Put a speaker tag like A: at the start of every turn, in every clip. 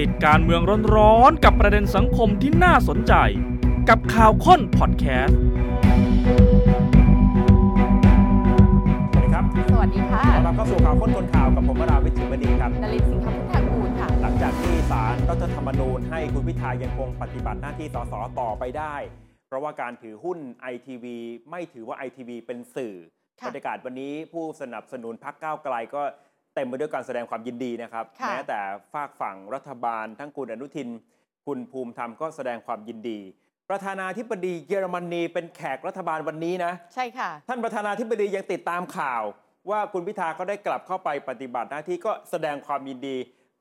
A: ติดการเมืองร้อนๆกับประเด็นสังคมที่น่าสนใจ กับข่าวค้นพอดแคสต์
B: สวัสดีครับ
C: สวัสดีค่ะ
B: ขอรับเข้าสู่ข่าวค้นคนข่าวกับผมวราวิจิตรบดินทร์ครับ
C: นลินสิงห์พุทธากูลค่ะ
B: หลังจากที่ศาลรัฐธรรมนูญให้คุณพิธายังคงปฏิบัติหน้าที่สสต่อไปได้ เพราะว่าการถือหุ้นไอทีวีไม่ถือว่าไอทีวีเป็นสื่อ
C: ค่ะ
B: บรรยากาศวันนี้ผู้สนับสนุนพรรคก้าวไกลก็เต็มไปด้วยการแสดงความยินดีนะครับ
C: ค่ะ
B: แม้แต่ฝากฝั่งรัฐบาลทั้งคุณอนุทิน คุณภูมิธรรมก็แสดงความยินดี ประธานาธิบดีเยอรมนีเป็นแขกรัฐบาลวันนี้นะ
C: ใช่ค่ะ
B: ท่านประธานาธิบดียังติดตามข่าว ว่าคุณพิธาก็ได้กลับเข้าไปปฏิบัติหน้าที่ก็แสดงความยินดี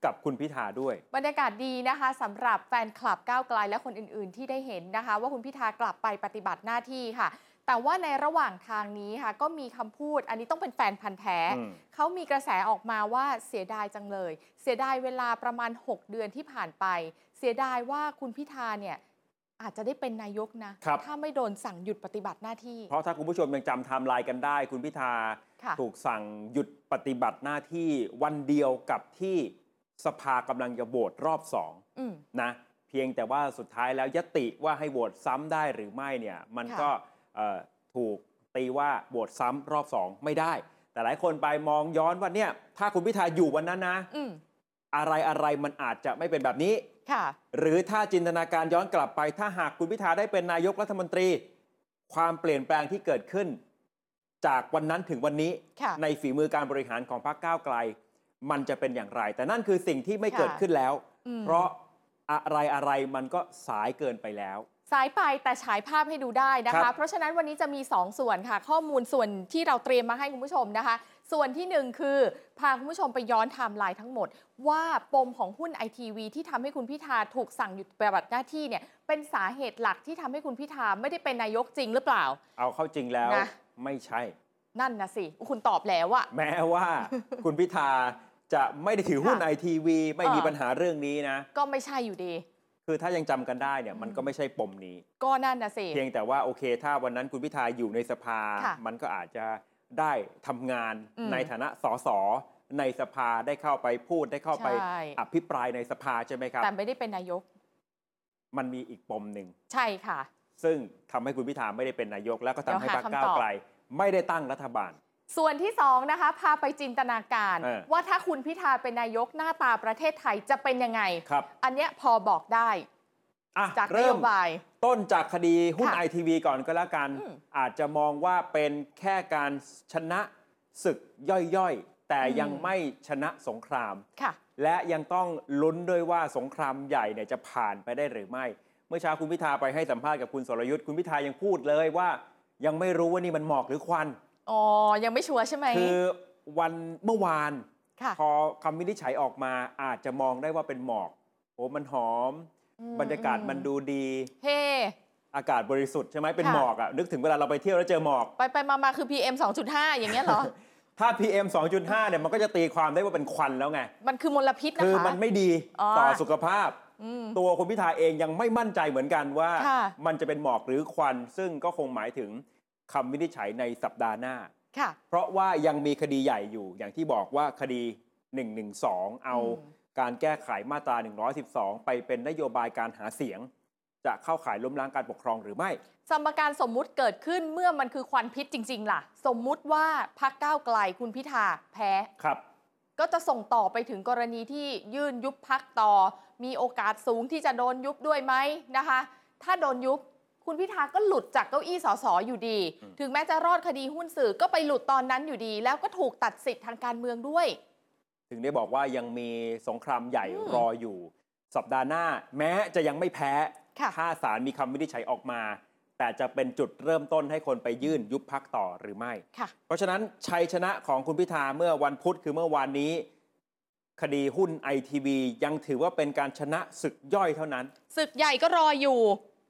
B: กับคุณพิธาด้วย
C: บรรยากาศดีนะคะสำหรับแฟนคลับก้าวไกลและคนอื่นๆ ที่ได้เห็นนะคะ ว่าคุณพิธากลับไปปฏิบัติหน้าที่ค่ะ แต่ว่าในระหว่างทางนี้ค่ะ ก็มีคำพูด อันนี้ต้องเป็นแฟนพันธ์แท้
B: อืม
C: เขามีกระแสออกมาว่าเสียดายจังเลย เสียดายเวลาประมาณ 6 เดือนที่ผ่านไป เสียดายว่าคุณพิธาเนี่ยอาจจะได้เป็นนายกนะ
B: ครับ
C: ถ้าไม่โดนสั่งหยุดปฏิบัติหน้าที่
B: เพราะถ้าคุณผู้ชมยังจำไทม์ไลน์กันได้ คุณพิธา
C: ค่ะ
B: ถูกสั่งหยุดปฏิบัติหน้าที่วันเดียวกับที่สภากำลังจะโหวตรอบสอง
C: อืม
B: นะเพียงแต่ว่าสุดท้ายแล้วยติว่าให้โหวตซ้ำได้หรือไม่เนี่ยมัน
C: ค่ะ
B: ก็เอ่อถูกตีว่าโหวตซ้ำรอบสองไม่ได้ แต่หลายคนไปมองย้อนว่าเนี่ยถ้าคุณพิธาอยู่วันนั้นนะ
C: อืม
B: อะไรอะไรมันอาจจะไม่เป็นแบบนี้
C: ค่ะ
B: หรือถ้าจินตนาการย้อนกลับไป ถ้าหากคุณพิธาได้เป็นนายกรัฐมนตรี ความเปลี่ยนแปลงที่เกิดขึ้น จากวันนั้นถึงวันนี้
C: ค่ะ
B: ในฝีมือการบริหารของพรรคก้าวไกล มันจะเป็นอย่างไร แต่นั่นคือสิ่งที่ไม่เกิดขึ้นแล้ว
C: อืม
B: เพราะอะไรอะไรมันก็สายเกินไปแล้ว
C: สายไปแต่ฉายภาพให้ดูได้นะ
B: ครั
C: คะ
B: บ
C: เพราะฉะนั้นวันนี้จะมี 2 ส่วนค่ะ ข้อมูลส่วนที่เราเตรียมมาให้คุณผู้ชมนะคะ ส่วนทีหนึ่1 คือ พาคุณผู้ชมไปย้อนไทม์ไลน์ทั้งหมด ว่าปมของหุ้นไอทีวีที่ทำให้คุณพิธาถูกสั่งหยุดปฏิบัติหน้าที่เนี่ยเป็นสาเหตุหลักที่ทำให้คุณพิธาไม่ได้เป็นนายกจริงหรือเปล่า
B: เอาเข้าจริงแล้ว
C: นะ
B: ไม่ใช่
C: นั่นนะสิคุณตอบแล้วอะ
B: แม้ว่า คุณพิธาจะไม่ได้ถือหุ้นไอ
C: ค่ะ
B: ทีวีไม่มี
C: เออ
B: ปัญหาเรื่องนี้นะ
C: ก็ไม่ใช่อยู่ดี
B: คือถ้ายังจำกันได้เนี่ยมันก็ไม่ใช่ปมนี้
C: ก็นั่นนะสิ
B: เพียงแต่ว่าโอเค ถ้าวันนั้นคุณพิธาอยู่ในสภา
C: ค่ะ
B: มันก็อาจจะได้ทำงาน
C: อืม
B: ในฐานะสสในสภาได้เข้าไปพูดได้เข้าไป
C: ใช่
B: อภิปรายในสภาใช่ไหมครับ
C: แต่ไม่ได้เป็นนายก
B: มันมีอีกปมหนึ่ง
C: ใช่ค่ะ
B: ซึ่งทำให้คุณพิธาไม่ได้เป็นนายก แล้วก็ทำให้
C: เดี๋ยว
B: พ
C: หาร
B: รคก้า
C: คำต
B: ว
C: อบ
B: ไกล ไม่ได้ตั้งรัฐบาล
C: ส่วนที่ 2 นะคะ พาไปจินตนาการ
B: เออ
C: ว่าถ้าคุณพิธาเป็นนายกหน้าตาประเทศไทยจะเป็นยังไง
B: ครับ
C: อันเนี้ยพอบอกได้
B: อ่ะ
C: จากน
B: เริ่
C: โย
B: ม
C: บาย
B: ต้นจากคดีหุ้น
C: ค่ะ
B: ไอทีวีก่อนก็แล้วกัน
C: อืม
B: อาจจะมองว่าเป็นแค่การชนะศึกย่อยๆ แต่
C: อืม
B: ยังไม่ชนะสงคราม
C: ค่ะ
B: และยังต้องลุ้นด้วยว่าสงครามใหญ่เนี่ยจะผ่านไปได้หรือไม่ เมื่อเช้าคุณพิธาไปให้สัมภาษณ์กับคุณสรยุทธ์คุณพิธายังพูดเลยว่า ยังไม่รู้ว่านี่มันหมอกหรือควัน
C: อ๋อ ยังไม่ชัวร์ใช่ไหม
B: คือวันเมื่อวาน
C: ค่ะ
B: พอคำวินิจฉัยออกมาอาจจะมองได้ว่าเป็นหมอกโอ้มันหอม
C: อืม
B: บรรยากาศมันดูดี
C: เฮ้
B: อากาศบริสุทธิ์ใช่ไหมเป็นหมอกอะนึกถึงเวลาเราไปเที่ยวแล้วเจอหมอก
C: ไปไปมามาคือ PM 2.5 อย่างเงี้ยเหรอ
B: ถ้า PM 2.5เนี่ยมันก็จะตีความได้ว่าเป็นควันแล้วไง
C: มันคือมลพิษนะ
B: คือ
C: คะ
B: มันไม่ดี
C: อ๋อ
B: ต่อสุขภาพ
C: อืม
B: ตัวคุณพิธาเองยังไม่มั่นใจเหมือนกันว่า
C: ค่ะ
B: มันจะเป็นหมอกหรือควัน ซึ่งก็คงหมายถึงคำวินิจฉัยในสัปดาห์หน้า
C: ค่ะ
B: เพราะว่ายังมีคดีใหญ่อยู่ อย่างที่บอกว่าคดี 112 เอา
C: อืม
B: การแก้ไขมาตรา 112 ไปเป็นนโยบายการหาเสียง จะเข้าข่ายล้มล้างการปกครองหรือไม่
C: สมการสมมุติเกิดขึ้นเมื่อมันคือควันพิษจริง ๆ ล่ะ สมมุติว่าพักก้าวไกลคุณพิธาแพ้
B: ครับ
C: ก็จะส่งต่อไปถึงกรณีที่ยื่นยุบพักต่อ มีโอกาสสูงที่จะโดนยุบด้วยไหมนะคะ ถ้าโดนยุบ คุณพิธาก็หลุดจากเก้าอี้สสอยู่ดี
B: อืม
C: ถึงแม้จะรอดคดีหุ้นสื่อก็ไปหลุดตอนนั้นอยู่ดี แล้วก็ถูกตัดสิทธิ์ทางการเมืองด้วย
B: ถึงได้บอกว่ายังมีสงครามใหญ่
C: อืม
B: รออยู่ สัปดาห์หน้า แม้จะยังไม่แพ้
C: ค่ะ
B: ถ้าศาลมีคำวินิจฉัยออกมา แต่จะเป็นจุดเริ่มต้นให้คนไปยื่นยุบพักต่อหรือไม่
C: ค่ะ
B: เพราะฉะนั้นชัยชนะของคุณพิธาเมื่อวันพุธคือเมื่อวานนี้ คดีหุ้นไอทีวียังถือว่าเป็นการชนะศึกย่อยเท่านั้น
C: ศึกใหญ่ก็รออยู่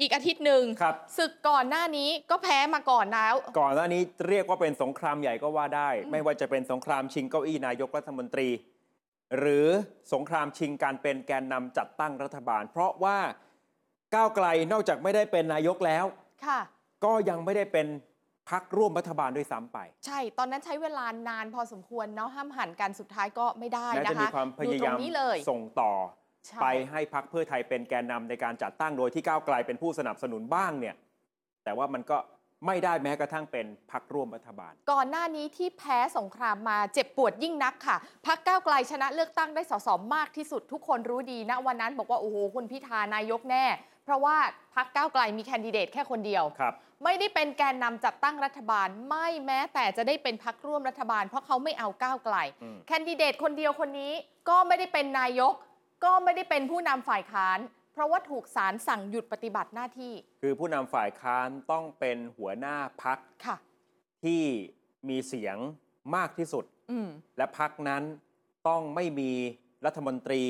C: อีกอาทิตย์หนึ่ง
B: ครับ
C: ศึกก่อนหน้านี้ก็แพ้มาก่อนแล้ว
B: ก่อนหน้านี้เรียกว่าเป็นสงครามใหญ่ก็ว่าได้
C: อืม
B: ไม่ว่าจะเป็นสงครามชิงเก้าอี้นายกรัฐมนตรี หรือสงครามชิงการเป็นแกนนำจัดตั้งรัฐบาล เพราะว่าก้าวไกลนอกจากไม่ได้เป็นนายกแล้ว
C: ค่ะ
B: ก็ยังไม่ได้เป็นพักร่วมรัฐบาลด้วยซ้ำไป
C: ใช่ ตอนนั้นใช้เวลานานพอสมควรเนาะห้ามหันกันสุดท้ายก็ไม่ได้
B: แม้
C: นะ
B: จะมี
C: คะ
B: ความพ
C: อยู่
B: ยา
C: ตร
B: ยาม
C: งนี้เลย
B: ส่งต่อ
C: ใช่
B: ไปให้พักเพื่อไทยเป็นแกนนำในการจัดตั้งโดยที่ก้าวไกลเป็นผู้สนับสนุนบ้างเนี่ย แต่ว่ามันก็ไม่ได้แม้กระทั่งเป็นพักร่วมรัฐบาล
C: ก่อนหน้านี้ที่แพ้สงครามมาเจ็บปวดยิ่งนักค่ะ พักก้าวไกลชนะเลือกตั้งได้สสมากที่สุดทุกคนรู้ดีนะวันนั้นบอกว่า โอ้โห คุณพิธานายกแน่ เพราะว่าพักก้าวไกลมีแคนดิเดตแค่คนเดียว
B: ครับ
C: ไม่ได้เป็นแกนนำจัดตั้งรัฐบาล ไม่แม้แต่จะได้เป็นพักร่วมรัฐบาล เพราะเขาไม่เอาก้าวไกล
B: อืม
C: แคนดิเดตคนเดียวคนนี้ก็ไม่ได้เป็นนายก ก็ไม่ได้เป็นผู้นำฝ่ายค้าน เพราะว่าถูกศาลสั่งหยุดปฏิบัติหน้าที่
B: คือผู้นำฝ่ายค้านต้องเป็นหัวหน้าพัก
C: ค่ะ
B: ที่มีเสียงมากที่สุด
C: อืม
B: และพักนั้นต้องไม่มีรัฐมนตรี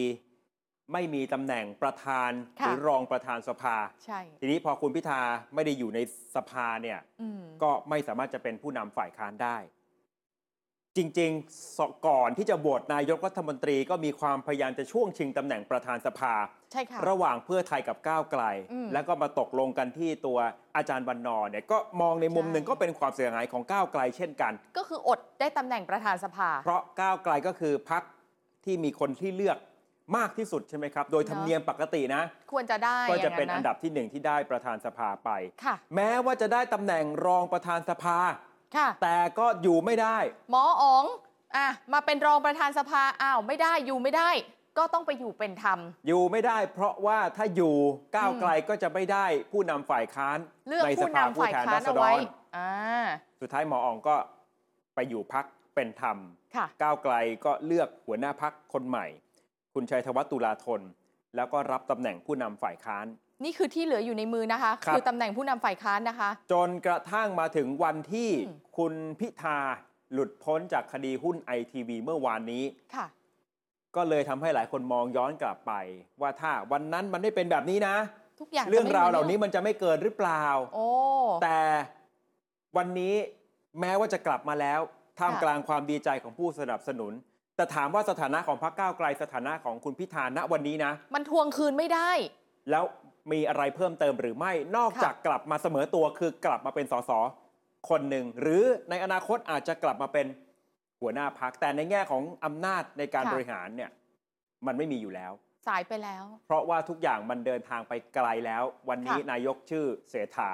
B: ไม่มีตำแหน่งประธานหรือรองประธานสภา
C: ใช่
B: ทีนี้พอคุณพิธาไม่ได้อยู่ในสภาเนี่ย
C: อืม
B: ก็ไม่สามารถจะเป็นผู้นำฝ่ายค้านได้ จริงๆสก่อนที่จะโหวตนายกรัฐมนตรีก็มีความพยายามจะช่วงชิงตำแหน่งประธานสภา
C: ใช่ค่ะ
B: ระหว่างเพื่อไทยกับก้าวไกล
C: อืม
B: แล้วก็มาตกลงกันที่ตัวอาจารย์วันนอร์เนี่ยก็มองในมุม
C: ใช่
B: หนึ่งก็เป็นความเสียหายของก้าวไกลเช่นกัน
C: ก็คืออดได้ตำแหน่งประธานสภา
B: เพราะก้าวไกลก็คือพักที่มีคนที่เลือกมากที่สุดใช่ไหมครับ โดยธรรมเนียมปกตินะ
C: ควรจะได้
B: ก็จะ
C: ย่าง
B: เป็นอันดับที่หนึ่งที่ได้ประธานสภาไป
C: ค่ะ
B: แม้ว่าจะได้ตำแหน่งรองประธานสภา
C: ค่ะ
B: แต่ก็อยู่ไม่ได้
C: หมออ๋องอ่ะมาเป็นรองประธานสภา อ้าว ไม่ได้ อยู่ไม่ได้ ก็ต้องไปอยู่เป็นธรรม
B: อยู่ไม่ได้ เพราะว่าถ้าอยู่ก้าวไกลก็จะไม่ได้ผู้นำฝ่ายค้าน
C: เลือก
B: ในส
C: ผู้
B: ภาน
C: ำ
B: ผู้
C: ฝ่าย
B: แทน
C: ค้าน
B: ราษ
C: เอา
B: ฎ
C: ไว้
B: ร
C: อ่า
B: สุดท้ายหมออ่องก็ไปอยู่พักเป็นธรรม
C: ค่ะ
B: ก้าวไกลก็เลือกหัวหน้าพักคนใหม่ คุณชัยธวัฒน์ตุลาธน แล้วก็รับตำแหน่งผู้นำฝ่ายค้าน
C: นี่คือที่เหลืออยู่ในมือนะคะ
B: ครับ
C: คือตำแหน่งผู้นำฝ่ายค้านนะคะ
B: จนกระทั่งมาถึงวันที่
C: อืม
B: คุณพิธาหลุดพ้นจากคดีหุ้นไอทีวีเมื่อวานนี้
C: ค่ะ
B: ก็เลยทำให้หลายคนมองย้อนกลับไป ว่าถ้าวันนั้นมันไม่เป็นแบบนี้นะ
C: ทุกอย่างจะ
B: เรื่องราวเหล่านี้
C: ไม่มื
B: มันจะไม่เกิดหรือเปล่า
C: โอ้
B: แต่วันนี้แม้ว่าจะกลับมาแล้วท่าม
C: ค่ะ
B: กลางความดีใจของผู้สนับสนุน แต่ถามว่าสถานะของพรรคก้าวไกลสถานะของคุณพิธาณวันนี้นะ
C: มันทวงคืนไม่ได้
B: แล้วมีอะไรเพิ่มเติมหรือไม่นอก
C: ค่ะ
B: จากกลับมาเสมอตัวคือกลับมาเป็นสสคนหนึ่ง หรือในอนาคตอาจจะกลับมาเป็นหัวหน้าพักแต่ในแง่ของอำนาจในการบริหารเนี่ยมันไม่มีอยู่แล้ว
C: สายไปแล้ว
B: เพราะว่าทุกอย่างมันเดินทางไปไกลแล้ว วันนี้
C: ค่ะ
B: นายกชื่อเสถา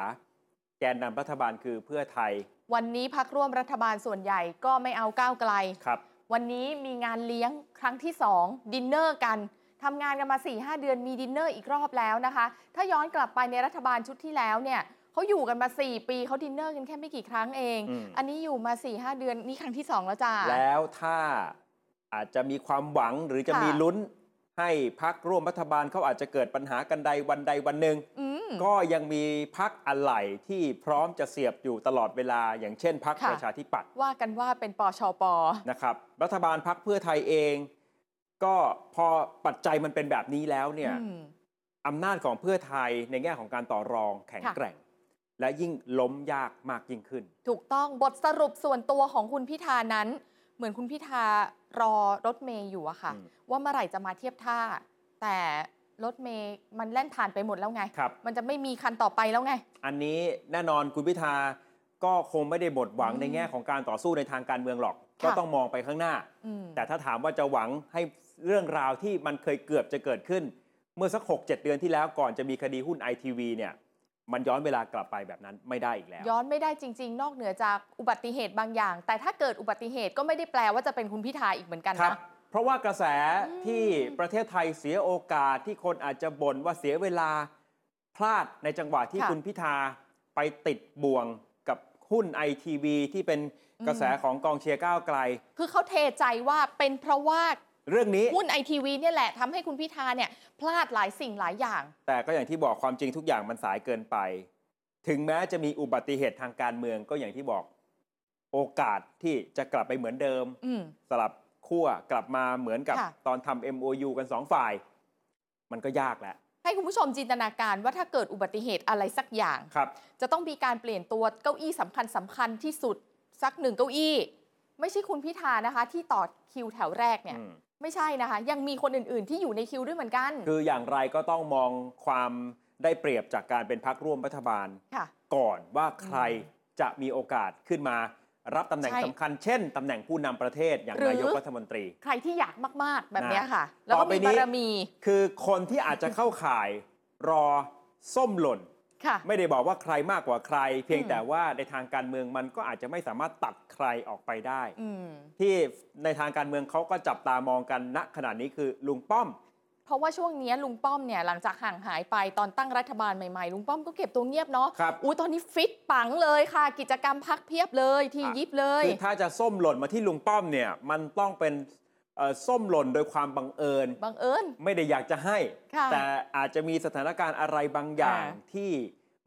B: แกนนำรัฐบาลคือเพื่อไทย
C: วันนี้พักร่วมรัฐบาลส่วนใหญ่ก็ไม่เอาก้าวไกล
B: ครับ
C: วันนี้มีงานเลี้ยงครั้งที่ 2 ดินเนอร์กันทำงานกันมา 4-5หเดือนมีดินเนอร์อีกรอบแล้วนะคะ ถ้าย้อนกลับไปในรัฐบาลชุดที่แล้วเนี่ยเขาอยู่กันมา 4 ปีเขาดินเนอร์กันแค่ไม่กี่ครั้งเอง
B: อืม
C: อันนี้อยู่มา 4-5หเดือนนี่ครั้งที่ 2 แล้วจ้า
B: แล้วถ้าอาจจะมีความหวังหรือจะ
C: ค่ะ
B: มีลุ้น ให้พักร่วมรัฐบาลเขาอาจจะเกิดปัญหากันใดวันใดวันหนึ่ง
C: อืม
B: ก็ยังมีพักอะไหล่ที่พร้อมจะเสียบอยู่ตลอดเวลา อย่างเช่นพัก
C: ค่ะ
B: ประชาธิปัตย์
C: ว่ากันว่าเป็นปอชอปอ
B: นะครับ รัฐบาลพักเพื่อไทยเอง ก็พอปัจจัยมันเป็นแบบนี้แล้วเนี่ยอำนาจของเพื่อไทยในแง่ของการต่อรองแข็ง
C: ค่ะ
B: แกร่ง และยิ่งล้มยากมากยิ่งขึ้น
C: ถูกต้องบทสรุปส่วนตัวของคุณพิธานั้น เหมือนคุณพิธารอรถเมย์อยู่อะค่ะ
B: อืม
C: ว่าเมื่อไหร่จะมาเทียบท่า แต่รถเมย์มันแล่นผ่านไปหมดแล้วไง
B: ครับ
C: มันจะไม่มีคันต่อไปแล้วไง
B: อันนี้แน่นอนคุณพิธาก็คงไม่ได้หมดหวัง
C: อืม
B: ในแง่ของการต่อสู้ในทางการเมืองหรอก ก็
C: ค่ะ
B: ต้องมองไปข้างหน้า
C: อืม
B: แต่ถ้าถามว่าจะหวังให้เรื่องราวที่มันเคยเกือบจะเกิดขึ้น เมื่อสัก 6 7 เดือนที่แล้วก่อนจะมีคดีหุ้นไอทีวีเนี่ย มันย้อนเวลากลับไปแบบนั้นไม่ได้อีกแล้ว
C: ย้อนไม่ได้จริง ๆ นอกเหนือจากอุบัติเหตุบางอย่าง แต่ถ้าเกิดอุบัติเหตุก็ไม่ได้แปลว่าจะเป็นคุณพิธาอีกเหมือนกัน
B: ครั
C: นะ
B: เพราะว่ากระแส
C: อืม
B: ที่ประเทศไทยเสียโอกาสที่คนอาจจะบ่นว่าเสียเวลาพลาดในจังหวะที่คุณพิธาไปติดบ่วงกับหุ้นไอทีวีที่เป็นกระแสของกองเชียร์ก้าวไกล
C: คือเขาเทใจว่าเป็นเพราะว่า
B: เรื่องนี้
C: หุ้นไอทีวีเนี่ยแหละทำให้คุณพิธาเนี่ยพลาดหลายสิ่งหลายอย่าง
B: แต่ก็อย่างที่บอกความจริงทุกอย่างมันสายเกินไป ถึงแม้จะมีอุบัติเหตุทางการเมืองก็อย่างที่บอก โอกาสที่จะกลับไปเหมือนเดิม
C: อืม
B: สลับขั้วกลับมาเหมือนกับ
C: ค่ะ
B: ตอนทำ MOU กันสองฝ่าย มันก็ยากแหละ
C: ให้คุณผู้ชมจินตนาการว่าถ้าเกิดอุบัติเหตุอะไรสักอย่าง
B: ครับ
C: จะต้องมีการเปลี่ยนตัวเก้าอี้สำคัญสำคัญที่สุดสักหนึ่งเก้าอี้ ไม่ใช่คุณพิธานะคะ ที่ต่อคิวแถวแรกเนี่ย
B: อืม
C: ไม่ใช่นะคะ ยังมีคนอื่นๆ ที่อยู่ในคิวด้วยเหมือนกัน
B: คืออย่างไรก็ต้องมองความได้เปรียบจากการเป็นพักร่วมรัฐบาล
C: ค่ะ
B: ก่อนว่าใครจะมีโอกาสขึ้นมา รับตำแหน่ง
C: ใช่
B: สำคัญ เช่นตำแหน่งผู้นำประเทศอย่าง
C: หรือ
B: นายกรัฐมนตรี
C: ใครที่อยากมาก ๆ แบบเนี้ย
B: นะ
C: ค่ะ แล้ว
B: ต่
C: ก็
B: อไป
C: มี
B: นี้
C: บารมี
B: คือคนที่อาจจะเข้าข่าย รอส้มหล่น
C: ค่ะ
B: ไม่ได้บอกว่าใครมากกว่าใคร เพียง
C: อืม
B: แต่ว่าในทางการเมืองมันก็อาจจะไม่สามารถตัดใครออกไปได้
C: อืม
B: ที่ในทางการเมืองเขาก็จับตามองกันณขณะนี้คือลุงป้อม
C: เพราะว่าช่วงเนี้ยลุงป้อมเนี่ยหลังจากห่างหายไปตอนตั้งรัฐบาลใหม่ๆ ลุงป้อมก็เก็บตัวเงียบเนาะ
B: ครับ
C: อู้ตอนนี้ฟิตปังเลยค่ะ กิจกรรมพักเพียบเลยที
B: อ่ะ
C: ยิบเลย
B: คือถ้าจะส้มหล่นมาที่ลุงป้อมเนี่ยมันต้องเป็นเอ่อส้มหล่นโดยความบังเอิญ
C: บังเอิญ
B: ไม่ได้อยากจะให้
C: ค่ะ
B: แต่อาจจะมีสถานการณ์อะไรบางอย่าง
C: อ่า
B: ที่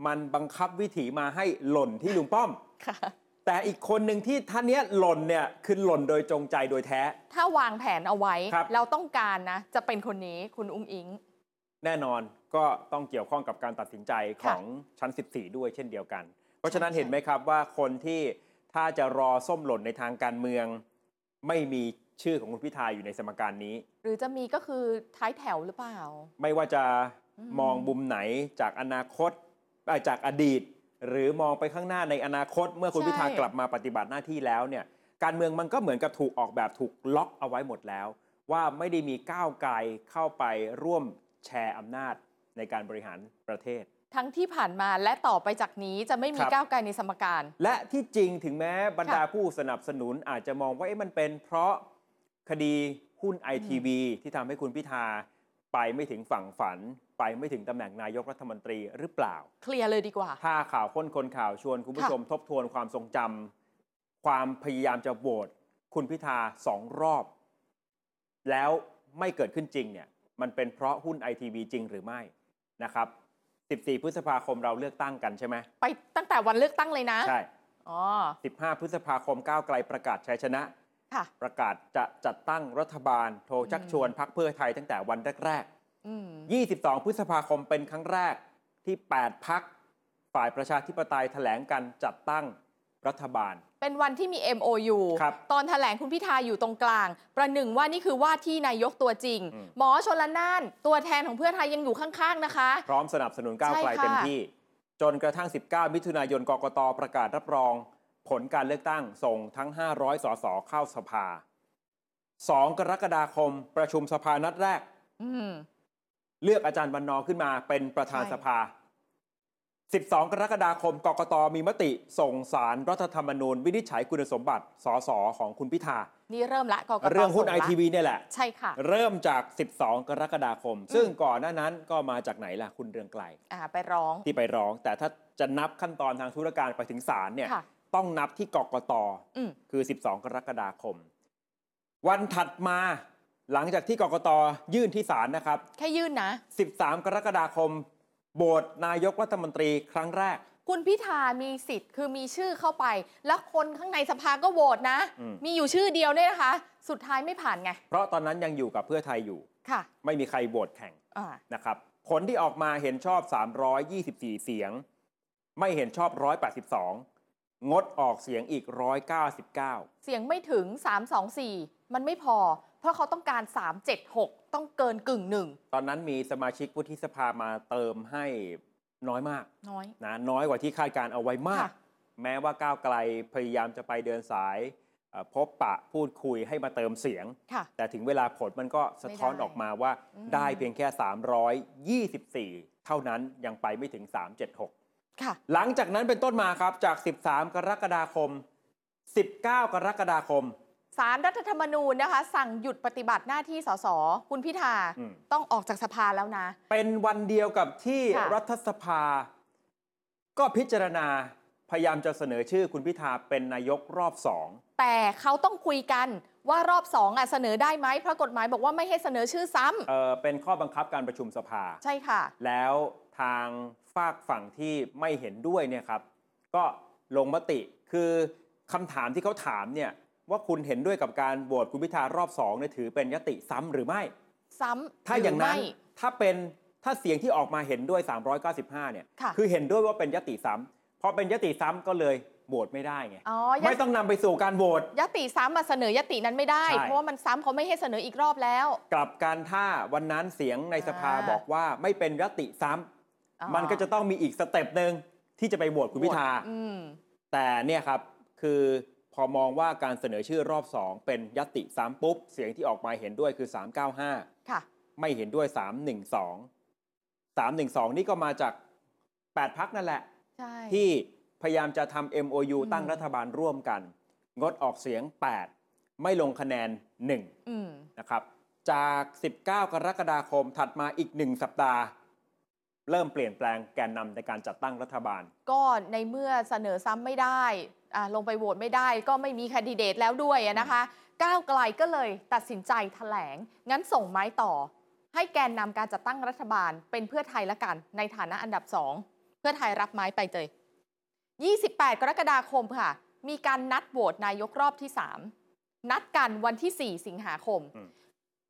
B: มันบังคับวิถีมาให้หล่นที่ลุงป้อม
C: ค่ะ
B: แต่อีกคนหนึ่งที่ท่านเนี้ยหล่นเนี่ยคือหล่นโดยจงใจโดยแท้
C: ถ้าวางแผนเอาไว้
B: ครับ
C: เราต้องการนะ จะเป็นคนนี้คุณอุ้งอิง
B: แน่นอนก็ต้องเกี่ยวข้องกับการตัดสินใจของชั้น 14 ด้วยเช่นเดียวกัน เพราะฉะนั้น
C: ใช่
B: เห็นไหมครับว่าคนที่ถ้าจะรอส้มหล่นในทางการเมือง ไม่มีชื่อของคุณพิธาอยู่ในสมการนี้
C: หรือจะมีก็คือท้ายแถวหรือเปล่า
B: ไม่ว่าจะ
C: อืม
B: มองมุมไหนจากอนาคตเอ่อจากอดีต หรือมองไปข้างหน้าในอนาคต เมื่อคุณพิธากลับมาปฏิบัติหน้าที่แล้วเนี่ยการเมืองมันก็เหมือนกับถูกออกแบบถูกล็อกเอาไว้หมดแล้ว ว่าไม่ได้มีก้าวไกลเข้าไปร่วมแชร์อำนาจในการบริหารประเทศ
C: ทั้งที่ผ่านมาและต่อไปจากนี้จะไม่มี
B: ครับ
C: ก้าวไกลในสมการ
B: และที่จริงถึงแม้บรรดา
C: ค่ะ
B: ผู้สนับสนุนอาจจะมองว่าเอ๊ะมันเป็นเพราะคดีหุ้นไอทีวีที่ทำให้คุณพิธาไปไม่ถึงฝั่งฝัน ไปไม่ถึงตำแหน่งนายกรัฐมนตรีหรือเปล่า
C: เคลียร์เลยดีกว่า
B: ถ้าข่าวค้นคนข่าวชวนคุณผู้ชมทบทวนความทรงจำความพยายามจะโหวตคุณพิธาสองรอบ แล้วไม่เกิดขึ้นจริงเนี่ยมันเป็นเพราะหุ้นไอทีวีจริงหรือไม่นะครับ 14 พฤษภาคมเราเลือกตั้งกันใช่ไหม
C: ไปตั้งแต่วันเลือกตั้งเลยนะ
B: ใช่
C: อ๋อ
B: 15 พฤษภาคมก้าวไกลประกาศชัยชนะ
C: ค่ะ
B: ประกาศจะจัดตั้งรัฐบาล โทรชัก
C: อืม
B: ชวนพักเพื่อไทยตั้งแต่วันแรก
C: อืม
B: ๆ 22 พฤษภาคมเป็นครั้งแรกที่ 8 พักฝ่ายประชาธิปไตยแถลงการจัดตั้งรัฐบาล
C: เป็นวันที่มี MOU
B: ครับ
C: ตอนแถลงคุณพิธาอยู่ตรงกลาง ประหนึ่งว่านี่คือว่าที่นายกตัวจริง
B: อืม
C: หมอชนละนาน ตัวแทนของเพื่อไทยยังอยู่ข้าง ๆ นะคะ
B: พร้อมสนับสนุนก้าวไกล
C: ใช่ค่ะ
B: เต็มที่ จนกระทั่ง 19 มิถุนายนกกตประกาศรับรอง ผลการเลือกตั้งส่งทั้ง 500 สสเข้าสภา 2 กรกฎาคมประชุมสภานัดแรก
C: อืม
B: เลือกอาจารย์วันนอร์ขึ้นมาเป็นประธาน
C: ใช่
B: สภา 12 กรกฎาคม กกตมีมติส่งสารรัฐธรรมนูญ วินิจฉัยคุณสมบัติ สส ของคุณพิธา
C: นี่เริ่มละกกต
B: เรื่องหุ้น
C: ส่
B: ไอ
C: ละ
B: ทีวีเนี่ยแหละ
C: ใช่ค่ะ
B: เริ่มจาก 12 กรกฎาคม
C: อืม
B: ซึ่งก่อนหน้านั้นก็มาจากไหนล่ะคุณเรืองไกล
C: อ่าไปร้อง
B: ที่ไปร้อง แต่ถ้าจะนับขั้นตอนทางธุรการไปถึงศาลเนี่ย
C: ค่ะ
B: ต้องนับที่กกต
C: อืม
B: คือ 12 กรกฎาคม วันถัดมา หลังจากที่กกตยื่นที่ศาลนะครับ
C: แค่ยื่นนะ
B: 13 กรกฎาคมโบสนายกรัฐมนตรีครั้งแรก
C: คุณพิธามีสิทธิ์ คือมีชื่อเข้าไป แล้วคนข้างในสภาก็โหวตนะ
B: อืม
C: มีอยู่ชื่อเดียวเนี่ยนะคะ สุดท้ายไม่ผ่านไง
B: เพราะตอนนั้นยังอยู่กับเพื่อไทยอยู่
C: ค่ะ
B: ไม่มีใครโหวตแข่ง
C: อ่า
B: นะครับ ผลที่ออกมาเห็นชอบ 324 เสียง ไม่เห็นชอบ 182 งดออกเสียงอีก 199
C: เสียงไม่ถึง 324 มันไม่พอ เพราะเขาต้องการ 376 ต้องเกินกึ่งหนึ่ง
B: ตอนนั้นมีสมาชิกวุฒิสภามาเติมให้น้อยมาก
C: น้อย
B: นะน้อยกว่าที่คาดการเอาไว้มาก
C: ค่ะ
B: แม้ว่าก้าวไกลพยายามจะไปเดินสายเอ่อพบปะพูดคุยให้มาเติมเสียง
C: ค่ะ
B: แต่ถึงเวลาผลมันก็สะท้อน
C: ไม่ได้
B: ออกมาว่า
C: อืม
B: ได้เพียงแค่ 324 เท่านั้นยังไปไม่ถึง 376
C: ค่ะ
B: หลังจากนั้นเป็นต้นมาครับจาก 13 กรกฎาคม 19 กรกฎาคม
C: สารรัฐธรรมนูญนะคะ สั่งหยุดปฏิบัติหน้าที่สสคุณพิธา
B: อืม
C: ต้องออกจากสภาแล้วนะ
B: เป็นวันเดียวกับที่
C: ค่ะ
B: รัฐสภา ก็พิจารณาพยายามจะเสนอชื่อคุณพิธาเป็นนายกรอบสอง
C: แต่เขาต้องคุยกันว่ารอบสองอ่ะเสนอได้ไหมเพราะกฎหมายบอกว่าไม่ให้เสนอชื่อซ้ำ
B: เอ่อเป็นข้อบังคับการประชุมสภา
C: ใช่ค่ะ
B: แล้วทางฝากฝั่งที่ไม่เห็นด้วยเนี่ยครับ ก็ลงมติคือคำถามที่เขาถามเนี่ยว่าคุณเห็นด้วยกับการโหวตคุณพิธารอบสองเนี่ยถือเป็นยติซ้ำหรือไม่
C: ซ้ำ
B: ถ้าอย่างนั้น
C: หรืไม่
B: ถ้าเป็นถ้าเสียงที่ออกมาเห็นด้วย 395 เนี่ย
C: ค่ะ
B: อเห็นด้วยว่าเป็นยติซ้ำพอเป็นยติซ้ำก็เลยโหวตไม่ได้ไง
C: อ๋อ
B: ไม่ต้องนำไปสู่การโหวต
C: ยติซ้ำมาเสนอยตินั้นไม่ได้
B: ใช่
C: เพราะว่ามันซ้ำเขาไม่ให้เสนออีกรอบแล้ว
B: กลับการถ้าวันนั้นเสียงในสภา
C: อ่า
B: บอกว่าไม่เป็นยติซ้ำ
C: อ๋อ
B: มันก็จะต้องมีอีกสเต็ปหนึ่งที่จะไปโหวตคุณพิธา
C: อืม
B: แต่เนี่ยครับคือพ อมองว่าการเสนอชื่อรอบ 2 เป็นยติซ้ำปุ๊บ เสียงที่ออกมาเห็นด้วยคือ 395
C: ค่ะ
B: ไม่เห็นด้วย 312 312 นี่ก็มาจาก 8 พักนั่นแหละ
C: ใช่
B: ที่พยายามจะทำ MOU
C: อืม
B: ตั้งรัฐบาลร่วมกัน งดออกเสียง 8 ไม่ลงคะแนน 1
C: อืม
B: นะครับ จาก 19 กรกฎาคมถัดมาอีก 1 สัปดาห์ เริ่มเปลี่ยนแปลงแกนนำในการจัดตั้งรัฐบาล
C: ก็ในเมื่อเสนอซ้ำไม่ได้อ่าลงไปโหวตไม่ได้ ก็ไม่มีแคนดิเดตแล้วด้วยอะนะคะ ก้าวไกลก็เลยตัดสินใจแถลง งั้นส่งไม้ต่อ ให้แกนนำการจัดตั้งรัฐบาลเป็นเพื่อไทยละกัน ในฐานะอันดับสองเพื่อไทยรับไม้ไปเลย 28 กรกฎาคมค่ะ มีการนัดโหวตนายกรอบที่ 3 นัดกันวันที่ 4 สิงหาคม
B: อืม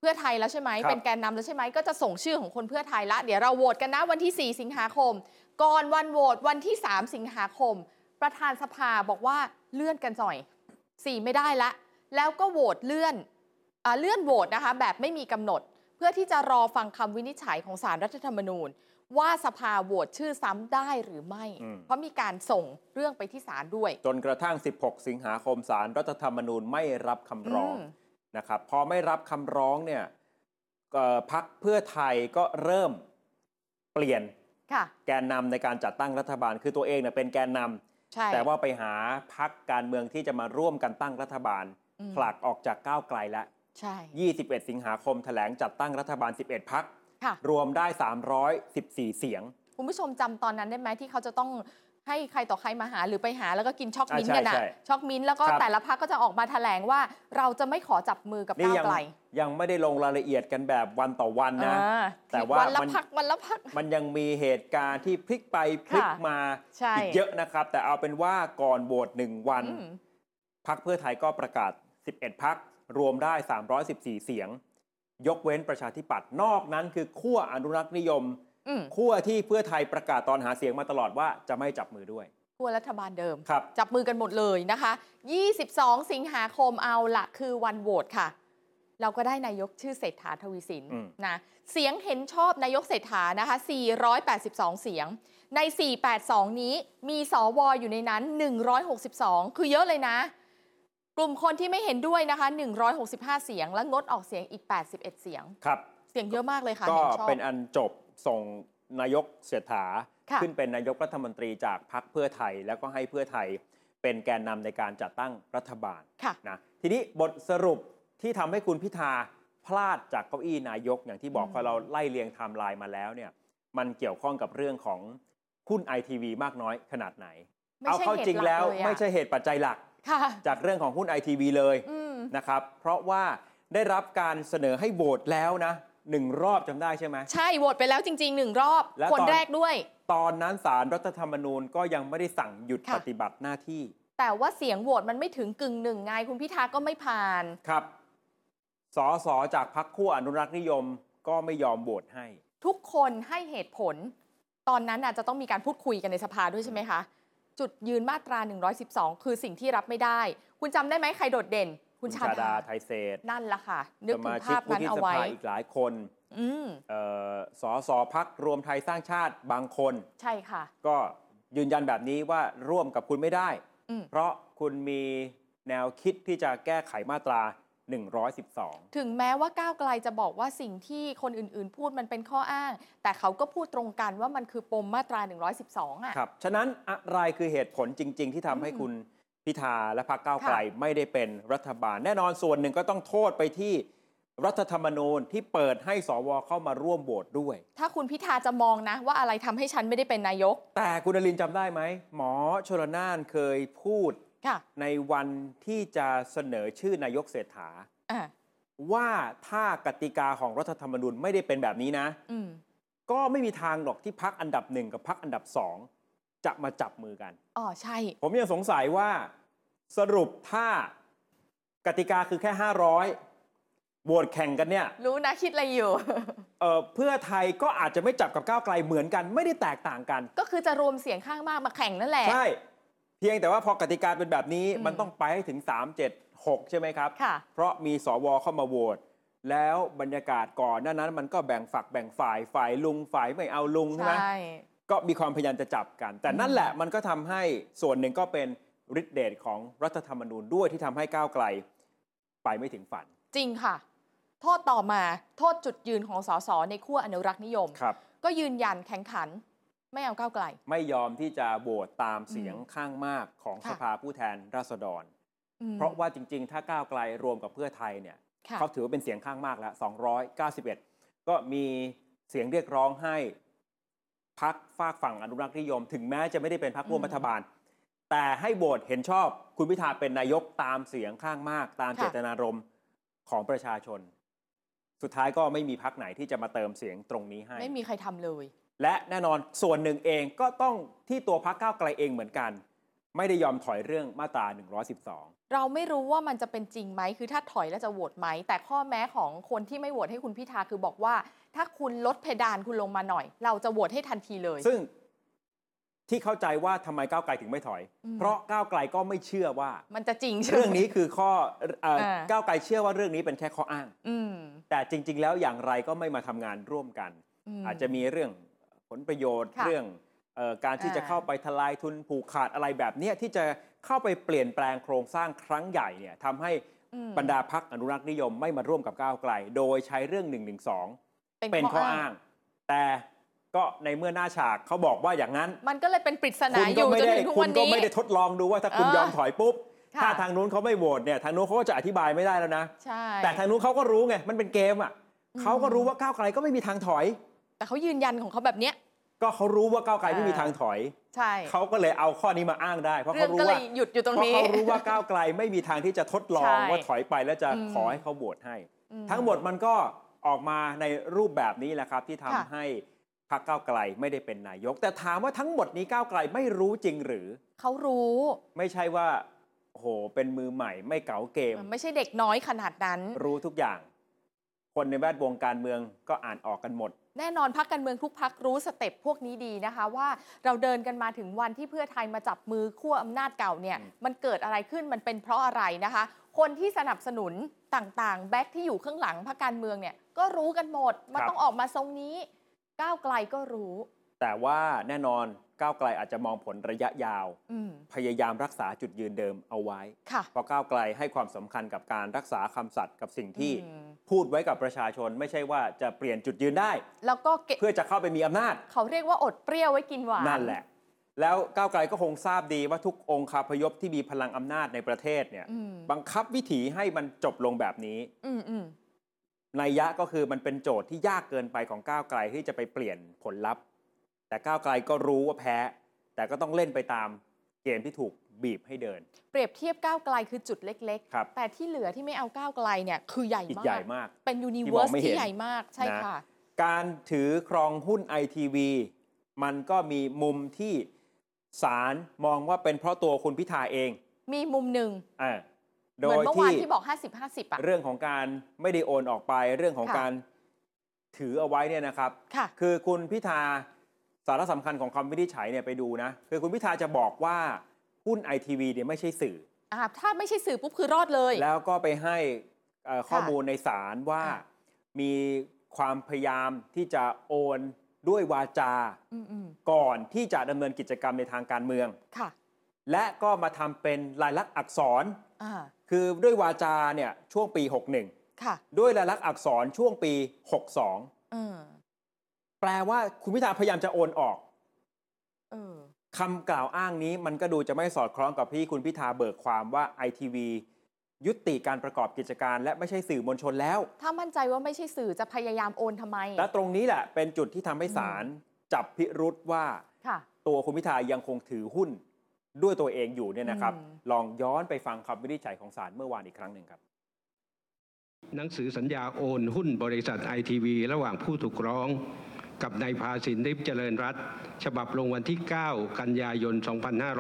C: เพื่อไทยแล้วใช่ไหม
B: ครับ
C: เป็นแกนนำแล้วใช่ไหม ก็จะส่งชื่อของคนเพื่อไทยละ เดี๋ยวเราโหวตกันนะวันที่ 4 สิงหาคม ก่อนวันโหวตวันที่ 3 สิงหาคม ประธานสภาบอกว่าเลื่อนกันหน่อย 4 ไม่ได้ละ แล้วก็โหวตเลื่อนอาเลื่อนโหวตนะคะ แบบไม่มีกำหนด เพื่อที่จะรอฟังคำวินิจฉัยของสารรัฐธรรมนูญ ว่าสภาโหวตชื่อซ้ำได้หรือไม่
B: อืม
C: เพราะมีการส่งเรื่องไปที่ศาลด้วย
B: จนกระทั่ง 16 สิงหาคมสารรัฐธรรมนูญไม่รับคำร้อง
C: อืม
B: นะครับพอไม่รับคำร้องเนี่ยเอ่อพักเพื่อไทยก็เริ่มเปลี่ยน
C: ค่ะ
B: แกนนำในการจัดตั้งรัฐบาล คือตัวเองเนี่ยเป็นแกนนำ
C: ใช่
B: แต่ว่าไปหาพักการเมืองที่จะมาร่วมกันตั้งรัฐบาล
C: อืม
B: ผลักออกจากก้าวไกลและ
C: ใช่
B: 21 สิงหาคมแถลงจัดตั้งรัฐบาล 11 พัก
C: ค่ะ
B: รวมได้ 314 เสียง
C: คุณผู้ชมจำตอนนั้นได้ไหมที่เขาจะต้องให้ใครต่อใครมาหาหรือไปหาแล้วก็กินช็อกมิ้นท์กัน
B: อ่า
C: นะ
B: ใช่ใช่
C: ช็อกมิ้นท์แล้วก็
B: ครับ
C: แต่ละพักก็จะออกมาแถลงว่าเราจะไม่ขอจับมือกับ
B: นี่
C: ก้าว
B: ยั
C: ไกล
B: ยังไม่ได้ลงรายละเอียดกันแบบวันต่อวันนะ
C: อ่า
B: แต่ว่า
C: วันละ
B: มัน
C: พักวันละพัก
B: มันยังมีเหตุการณ์ที่พลิกไปพลิกมา
C: ใช่
B: อีกเยอะนะครับ แต่เอาเป็นว่าก่อนโหวตหนึ่งวัน
C: อืม
B: พักเพื่อไทยก็ประกาศ 11 พัก รวมได้ 314 เสียง ยกเว้นประชาธิปัตย์นอกนั้นคือขั้วอนุรักษ์นิยม
C: อืม
B: ขั้วที่เพื่อไทยประกาศตอนหาเสียงมาตลอดว่าจะไม่จับมือด้วย
C: ขั้วรัฐบาลเดิม
B: ครับ
C: จับมือกันหมดเลยนะคะ 22 สิงหาคมเอาละคือวันโหวตค่ะ เราก็ได้นายกชื่อเศรษฐาทวีสิน
B: อืม
C: นะ เสียงเห็นชอบนายกเศรษฐานะคะ 482 เสียง ใน 482 นี้มีสอวอยู่ในนั้น 162 คือเยอะเลยนะ กลุ่มคนที่ไม่เห็นด้วยนะคะ 165 เสียง และงดออกเสียงอีก 81 เสียง
B: ครับ
C: เสียงเยอะมากเลยค่ะ
B: ก็
C: เห็นชอบ
B: เป็นอันจบส่งนายกเศรษฐา
C: ค่ะ
B: ขึ้นเป็นนายกรัฐมนตรีจากพรรคเพื่อไทย แล้วก็ให้เพื่อไทยเป็นแกนนำในการจัดตั้งรัฐบาล
C: ค่ะ
B: นะทีนี้บทสรุปที่ทำให้คุณพิธาพลาดจากเก้าอี้นายกอย่างที่บอก
C: อืม
B: พอเราไล่เรียงไทม์ไลน์มาแล้วเนี่ยมันเกี่ยวข้องกับเรื่องของหุ้นไอทีวีมากน้อยขนาดไหน
C: ไม่
B: เอา
C: ใช่
B: เข้า
C: เหตุ
B: จริง
C: หลัก
B: แล้ว
C: เลยอะ
B: ไม่ใช่เหตุปัจจัยหลัก
C: ค่ะ
B: จากเรื่องของหุ้นไอทีวีเลย
C: อืม
B: นะครับ เพราะว่าได้รับการเสนอให้โหวตแล้วนะหนึ่งรอบจำได้ใช่ไหม
C: ใช่โหวตไปแล้วจริงๆหนึ่งรอบ
B: แล้ว
C: คน
B: ตอน
C: แรกด้วย
B: ตอนนั้นสารรัฐธรรมนูญก็ยังไม่ได้สั่งหยุด
C: ค่ะ
B: ปฏิบัติหน้าที่
C: แต่ว่าเสียงโหวตมันไม่ถึงกึ่งหนึ่งไงคุณพิธาก็ไม่ผ่าน
B: ครับสอสอจากพรรคคู่อนุรักษ์นิยมก็ไม่ยอมโหวตให้
C: ทุกคนให้เหตุผล ตอนนั้นอาจจะต้องมีการพูดคุยกันในสภาด้วยใช่ไหมคะ จุดยืนมาตรา 112 คือสิ่งที่รับไม่ได้ คุณจำได้ไหมใครโดดเด่น คุณชาดา
B: ไทยเศษ
C: นั่นล่ะค่ะ นึก
B: ส
C: ถึ
B: มาง ชิก
C: ภาพ
B: วุ
C: นั้น
B: ฒิ
C: เอา
B: ส
C: ไว้
B: ภาอีกหลายคน
C: อืม
B: เอ่อสอสอพักรวมไทยสร้างชาติบางคน
C: ใช่ค่ะ
B: ก็ยืนยันแบบนี้ว่าร่วมกับคุณไม่ได้
C: อืม
B: เพราะคุณมีแนวคิดที่จะแก้ไขมาตรา 112
C: ถึงแม้ว่าก้าวไกลจะบอกว่าสิ่งที่คนอื่นๆ พูดมันเป็นข้ออ้าง แต่เขาก็พูดตรงกันว่ามันคือปมมาตรา 112อ่ะ
B: ครับ ฉะนั้นอะไรคือเหตุผลจริง ๆ ที่ทำให้
C: อืม
B: คุณพิธาและพรรคก้าว
C: ค่ะ
B: ไกลไม่ได้เป็นรัฐบาล แน่นอนส่วนหนึ่งก็ต้องโทษไปที่รัฐธรรมนูญที่เปิดให้สวเข้ามาร่วมโหวตด้วย
C: ถ้าคุณพิธาจะมองนะ ว่าอะไรทำให้ฉันไม่ได้เป็นนายก
B: แต่คุณอลินจำได้ไหม หมอชลนานเคยพูด
C: ค่ะ
B: ในวันที่จะเสนอชื่อนายกเศรษฐา
C: อ่า
B: ว่าถ้ากติกาของรัฐธรรมนูญไม่ได้เป็นแบบนี้นะ
C: อืม
B: ก็ไม่มีทางหรอกที่พักอันดับหนึ่งกับพักอันดับสองจะมาจับมือกัน
C: อ๋อ ใช่
B: ผมยังสงสัยว่าสรุปถ้ากติกาคือแค่ 500โหวตแข่งกันเนี่ย
C: รู้นะคิดอะไรอยู่
B: เอ่อเพื่อไทยก็อาจจะไม่จับกับก้าวไกลเหมือนกัน ไม่ได้แตกต่างกัน
C: ก็คือจะรวมเสียงข้างมากมาแข่งนั่นแหละ
B: ใช่ เพียงแต่ว่าพอกติกาเป็นแบบนี้
C: อืม
B: มันต้องไปให้ถึง 376 ใช่ไหมครับ
C: ค่ะ
B: เพราะมีสวเข้ามาโหวตแล้วบรรยากาศก่อนหน้านั้น มันก็แบ่งฝักแบ่งฝ่ายฝ่ายลุงฝ่ายไม่เอาลุงใช่ไหม
C: ใช่
B: ก็มีความพยายามจะจับกัน แต่นั่นแหละมันก็ทำให้ส่วนหนึ่งก็เป็น ฤทธิเดชของรัฐธรรมนูญด้วยที่ทำให้ก้าวไกล ไปไม่ถึงฝัน
C: จริงค่ะ โทษต่อมาโทษจุดยืนของสสในขั้วอนุรักษ์นิยม
B: ครับ
C: ก็ยืนยันแข่งขัน ไม่เอาก้าวไกล
B: ไม่ยอมที่จะโหวตตามเสียงข้างมากของ
C: ค่ะ
B: สภาผู้แทนราษฎร
C: อืม
B: เพราะว่าจริง ๆ ถ้าก้าวไกลรวมกับเพื่อไทยเนี่ย
C: ค่ะ
B: เขาถือว่าเป็นเสียงข้างมากแล้ว 291 ก็มีเสียงเรียกร้องให้พักฝากฝั่งอนุรักษ์นิยม ถึงแม้จะไม่ได้เป็นพักร่วมรัฐบาล แต่ให้โหวตเห็นชอบคุณพิธาเป็นนายกตามเสียงข้างมาก ตามเจตนารมณ์ของประชาชน สุดท้ายก็ไม่มีพักไหนที่จะมาเติมเสียงตรงนี้ให้
C: ไม่มีใครทำเลย
B: และแน่นอนส่วนหนึ่งเองก็ต้องที่ตัวพักก้าวไกลเองเหมือนกัน ไม่ได้ยอมถอยเรื่องมาตรา 112
C: เราไม่รู้ว่ามันจะเป็นจริงไหม คือถ้าถอยแล้วจะโหวตไหม แต่ข้อแม้ของคนที่ไม่โหวตให้คุณพิธาคือบอกว่า ถ้าคุณลดเพดานคุณลงมาหน่อย เราจะโหวตให้ทันทีเลย
B: ซึ่งที่เข้าใจว่าทำไมก้าวไกลถึงไม่ถอย
C: อืม
B: เพราะก้าวไกลก็ไม่เชื่อว่า
C: มันจะจริงใช่ไหม
B: เรื่องนี้คือข้อเอ่อ
C: เออ
B: ก้าวไกลเชื่อว่าเรื่องนี้เป็นแค่ข้ออ้าง
C: อืม
B: แต่จริง ๆ แล้วอย่างไรก็ไม่มาทำงานร่วมกัน
C: ม
B: อาจจะมีเรื่องผลประโยชน์
C: ค่ะ
B: เรื่องเอ่อการที่
C: อ่า
B: จะเข้าไปทลายทุนผูกขาดอะไรแบบเนี้ยที่จะเข้าไปเปลี่ยนแปลงโครงสร้างครั้งใหญ่เนี่ยทำให้
C: อืม
B: บรรดาพักอนุรักษ์นิยมไม่มาร่วมกับก้าวไกล โดยใช้เรื่อง1นึเป็นข้ออ้าง แต่ก็ในเมื่อหน้าฉากเขาบอกว่าอย่างนั้น
C: มันก็เลยเป็นปริศนา
B: คุณ
C: อ
B: ก็
C: ยู่
B: ไม่
C: จน
B: ได้
C: ถึงทุก
B: คุ
C: วั
B: ณ
C: น
B: ก็
C: นี้
B: ไม่ได้ทดลองดูว่าถ้าคุณ
C: เออย
B: อมถอยปุ๊บ
C: ค่ะ
B: ถ้าทางนู้นเขาไม่โหวตเนี่ยทางนู้นเขาก็จะอธิบายไม่ได้แล้วนะ
C: ใช่
B: แต่ทางนู้นเขาก็รู้ไง มันเป็นเกมอ่ะ
C: อืม
B: เขาก็รู้ว่าก้าวไกลก็ไม่มีทางถอย
C: แต่เขายืนยันของเขาแบบเนี้ย
B: ก็เขารู้ว่าก้าวไกลไม่มี
C: อ่า
B: ทางถอย
C: ใช่
B: เขาก็เลยเอาข้อนี้มาอ้างได้ เพราะ
C: เรื่
B: เขา
C: อง
B: รู้
C: ก็เล
B: ว่าย
C: หยุดอยู่ตรง
B: เพราะ
C: นี้
B: เขารู้ว่าก้าวไกลไม่มีทางที่จะทดลอง
C: ใช่
B: ว่าถอยไปแล้วจะ
C: อืม
B: ขอให้เขาโหวตให้
C: อื
B: ทั้งหมดมันก็ออกมาในรูปแบบนี้แหละครับ ที่ทำ
C: ค่ะ
B: ให้พรรคก้าวไกลไม่ได้เป็นนายก แต่ถามว่าทั้งหมดนี้ก้าวไกลไม่รู้จริงหรือ
C: เขารู้
B: ไม่ใช่ว่าโอ้โห เป็นมือใหม่ไม่เก๋าเกม
C: มันไม่ใช่เด็กน้อยขนาดนั้น
B: รู้ทุกอย่าง คนในแวดวงการเมืองก็อ่านออกกันหมด
C: แน่นอนพักการเมืองทุกพักรู้สเต็ปพวกนี้ดีนะคะ ว่าเราเดินกันมาถึงวันที่เพื่อไทยมาจับมือขั้วอำนาจเก่าเนี่ย
B: อืม
C: มันเกิดอะไรขึ้นมันเป็นเพราะอะไรนะคะ คนที่สนับสนุนต่างๆ แบ็คที่อยู่ข้างหลังพักการเมืองเนี่ยก็รู้กันหมดมันต้องออกมาทรงนี้ ก้าวไกลก็รู้
B: แต่ว่าแน่นอนก้าวไกลอาจจะมองผลระยะยาว
C: อืม
B: พยายามรักษาจุดยืนเดิมเอาไว้
C: ค่ะ
B: เพราะก้าวไกลให้ความสำคัญกับการรักษาคำสัตย์กับสิ่งที่
C: อืม
B: พูดไว้กับประชาชน ไม่ใช่ว่าจะเปลี่ยนจุดยืนได้
C: แล้วก็เก็บ
B: เพื่อจะเข้าไปมีอำนาจ
C: เขาเรียกว่าอดเปรี้ยวไว้กินหวาน
B: นั่นแหละ แล้วก้าวไกลก็คงทราบดีว่าทุกองคาพยพที่มีพลังอำนาจในประเทศเนี่ย
C: อืม
B: บังคับวิถีให้มันจบลงแบบนี้
C: อืมอืม
B: นัยยะก็คือมันเป็นโจทย์ที่ยากเกินไปของก้าวไกลที่จะไปเปลี่ยนผลลัพธ์ แต่ก้าวไกลก็รู้ว่าแพ้ แต่ก็ต้องเล่นไปตามเกมที่ถูกบีบให้เดิน
C: เปรียบเทียบก้าวไกลคือจุดเล็ก
B: ครับ
C: ๆ แต่ที่เหลือที่ไม่เอาก้าวไกลเนี่ยคือใหญ่
B: อีก
C: มา
B: ใหญ่
C: ก
B: มาก
C: เป็นยูนิ
B: ที่
C: เวอ
B: มอ
C: ร์
B: ง
C: ส
B: ไม่เห็น
C: ที่ใหญ่มากใช่
B: นะ
C: ค่ะ
B: การถือครองหุ้นไอทีวีมันก็มีมุมที่ศาลมองว่าเป็นเพราะตัวคุณพิธาเอง
C: มีมุมหนึ่ง
B: อ่า
C: เห
B: โด
C: มือน
B: ย
C: เมื่อวาน
B: ที่
C: ที่บอก 50 50 อ่ะ
B: เรื่องของการไม่ได้โอนออกไปเรื่องของ
C: ค่ะ
B: การถือเอาไว้เนี่ยนะครับ
C: ค่ะ
B: คือคุณพิธาสาระสำคัญของคำวินิจฉัยเนี่ยไปดูนะ คือคุณพิธาจะบอกว่าหุ้นไอทีวีเนี่ยไม่ใช่สื่อ
C: อ่า ถ้าไม่ใช่สื่อปุ๊บคือรอดเลย
B: แล้วก็ไปให้เอ่อข้อมูลในศาลว่า
C: ค่ะ
B: มีความพยายามที่จะโอนด้วยวาจา
C: อืมอืม
B: ก่อนที่จะดำเนินกิจกรรมในทางการเมือง
C: ค่ะ
B: และก็มาทำเป็นลายลักษณ์อักษร
C: อ่า
B: คือด้วยวาจาเนี่ยช่วงปี
C: ค่ะ
B: 61 ด้วยลายลักษณ์อักษรช่วงปี 62
C: เออ
B: แปลว่าคุณพิธาพยายามจะโอนออก
C: เออ
B: คำกล่าวอ้างนี้มันก็ดูจะไม่สอดคล้องกับที่คุณพิธาเบิกความว่าไอทีวียุติการประกอบกิจการ และไม่ใช่สื่อมวลชนแล้ว
C: ถ้ามั่นใจว่าไม่ใช่สื่อจะพยายามโอนทำไม
B: และตรงนี้แหละเป็นจุดที่ทำให้ศาลจับพิรุษว่า
C: ค่ะ
B: ตัวคุณพิธายังคงถือหุ้นด้วยตัวเองอยู่เนี่ยนะครับ
C: อืม
B: ลองย้อนไปฟังคำวินิจฉัยของศาลเมื่อวานอีกครั้งหนึ่งครับ
D: หนังสือสัญญาโอนหุ้นบริษัทไอทีวีระหว่างผู้ถูกร้อง กับนายภาสินริบเจริญรัตน์ฉบับลงวันที่ 9 กันยายน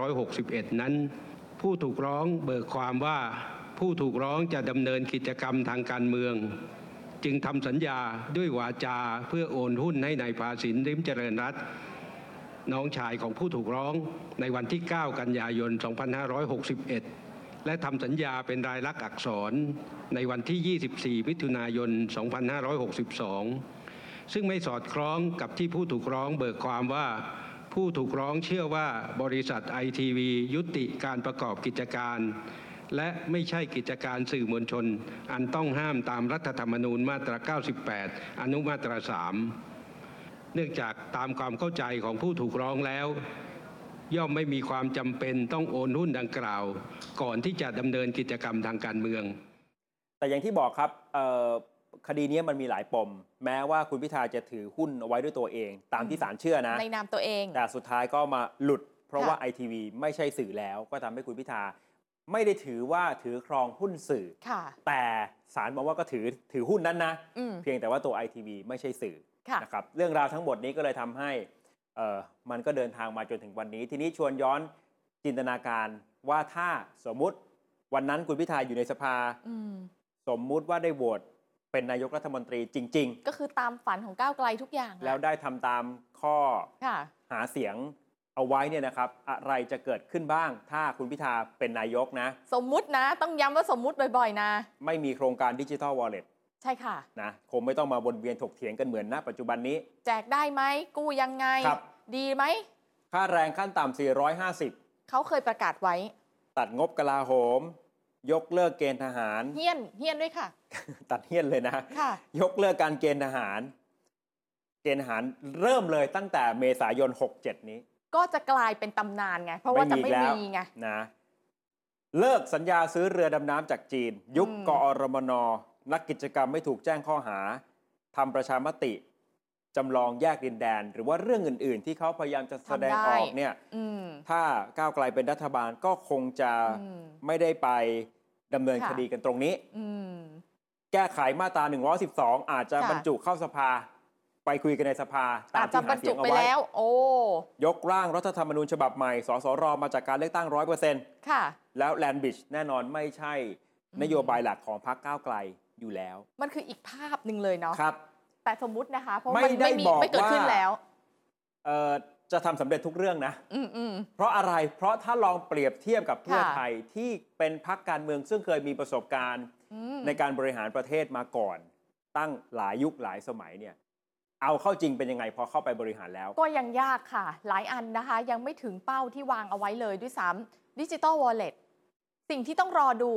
D: 2561 นั้น ผู้ถูกร้องเบิกความว่าผู้ถูกร้องจะดำเนินกิจกรรมทางการเมือง จึงทำสัญญาด้วยวาจาเพื่อโอนหุ้นให้นายภาสินริมเจริญรัตน์ น้องชายของผู้ถูกร้องในวันที่ 9 กันยายน 2561 และทำสัญญาเป็นรายลักษณ์อักษรในวันที่ 24 มิถุนายน 2562 ซึ่งไม่สอดคล้องกับที่ผู้ถูกร้องเบิกความว่า ผู้ถูกร้องเชื่อว่าบริษัทไอทีวียุติการประกอบกิจการ และไม่ใช่กิจการสื่อมวลชน อันต้องห้ามตามรัฐธรรมนูญมาตรา 98 อนุมาตรา 3 เนื่องจากตามความเข้าใจของผู้ถูกร้องแล้ว ย่อมไม่มีความจำเป็นต้องโอนหุ้นดังกล่าว ก่อนที่จะดำเนินกิจกรรมทางการเมือง
B: แต่อย่างที่บอกครับเอ่อคดีนี้มันมีหลายปม แม้ว่าคุณพิธาจะถือหุ้นเอาไว้ด้วยตัวเอง ตามที่ศาลเชื่อนะ
C: ในนามตัวเอง
B: แต่สุดท้ายก็มาหลุด เพราะ
C: ค่ะ
B: ว่าไอทีวีไม่ใช่สื่อแล้ว ก็ทำให้คุณพิธาไม่ได้ถือว่าถือครองหุ้นสื่อ
C: ค่ะ
B: แต่ศาลมองว่าก็ถือถือหุ้นนั้นนะ
C: อืม
B: เพียงแต่ว่าตัวไอทีวีไม่ใช่สื่อ
C: ค่ะ
B: นะครับเรื่องราวทั้งหมดนี้ก็เลยทำให้เอ่อมันก็เดินทางมาจนถึงวันนี้ ทีนี้ชวนย้อนจินตนาการว่าถ้าสมมุติวันนั้นคุณพิธาอยู่ในสภา
C: อืม
B: สมมุติว่าได้โหวตเป็นนายกรัฐมนตรีจริง
C: ก็คือตามฝันของก้าวไกลทุกอย่าง
B: ๆ
C: อะ
B: แล้วได้ทำตามข้อ
C: ค่ะ
B: หาเสียงเอาไว้เนี่ยนะครับ อะไรจะเกิดขึ้นบ้าง ถ้าคุณพิธาเป็นนายกนะ
C: สมมุตินะ ต้องย้ำว่าสมมุติบ่อยๆ นะ
B: ไม่มีโครงการดิจิทัลวอลเล็ต
C: ใช่ค่ะ
B: นะคงไม่ต้องมาวนเวียนถกเถียงกันเหมือนณปัจจุบันนี้
C: แจกได้ไหมกู้ยังไง
B: ครับ
C: ดีไหม
B: ค่าแรงขั้นต่ำ450
C: เขาเคยประกาศไว้
B: ตัดงบกลาโหม ยกเลิกเกณฑ์ทหาร
C: เฮี้ยน เฮี้ยนด้วยค่ะ
B: ตัดเฮี้ยนเลยนะ
C: ค่ะ
B: ยกเลิกการเกณฑ์ทหาร เกณฑ์ทหารเริ่มเลยตั้งแต่เมษายน 67 นี้
C: ก็จะกลายเป็นตำนานไง เพราะว่าจะไม่มีไง
B: นะ เลิกสัญญาซื้อเรือดำน้ำจากจีน ยุบ
C: อืม
B: กอรมน นักกิจกรรมไม่ถูกแจ้งข้อหาทำประชามติจำลองแยกดินแดน หรือว่าเรื่องอื่น ๆ ที่เขาพยายามจะแสดงออกเนี่ย
C: อืม
B: ถ้าก้าวไกลเป็นรัฐบาลก็คงจะ
C: อืม
B: ไม่ได้ไปดำเนิน
C: ค่ะ
B: คดีกันตรงนี้
C: อืม
B: แก้ไขมาตรา 112 อาจจะ
C: ค่ะ
B: บรรจุเข้าสภา ไปคุยกันในสภาตา
C: อาม จจะบร
B: ที่หาร เสี
C: จุ
B: ยงเอา
C: ไป
B: ไว้
C: แล้ว โอ้
B: ยกร่างรัฐธรรมนูญฉบับใหม่ สสรมาจากการเลือกตั้ง 100%
C: ค่ะ
B: แล้วแลนบิชแน่นอนไม่ใช่
C: อืม
B: นโยบายหลักของพรรคก้าวไกลอยู่แล้ว
C: มันคืออีกภาพหนึ่งเลยเนาะ
B: ครับ
C: แต่สมมุตินะคะ เพราะ
B: ไม่
C: มัน
B: ได้
C: ไม่มี
B: บอก
C: ไม่เกิดขึ้น
B: ว่า
C: แล้ว
B: เอ่อจะทำสำเร็จทุกเรื่องนะ
C: อืมอืม
B: เพราะอะไร เพราะถ้าลองเปรียบเทียบกับเพื่อ
C: ค่ะ
B: ไทยที่เป็นพรรคการเมืองซึ่งเคยมีประสบการณ์
C: อืม
B: ในการบริหารประเทศมาก่อน ตั้งหลายยุคหลายสมัยเนี่ย เอาเข้าจริงเป็นยังไงพอเข้าไปบริหารแล้ว
C: ก็ยังยากค่ะ หลายอันนะคะ ยังไม่ถึงเป้าที่วางเอาไว้เลยด้วยซ้ำดิจิ t a ลวอลเล็ตสิ่งที่ต้องรอดู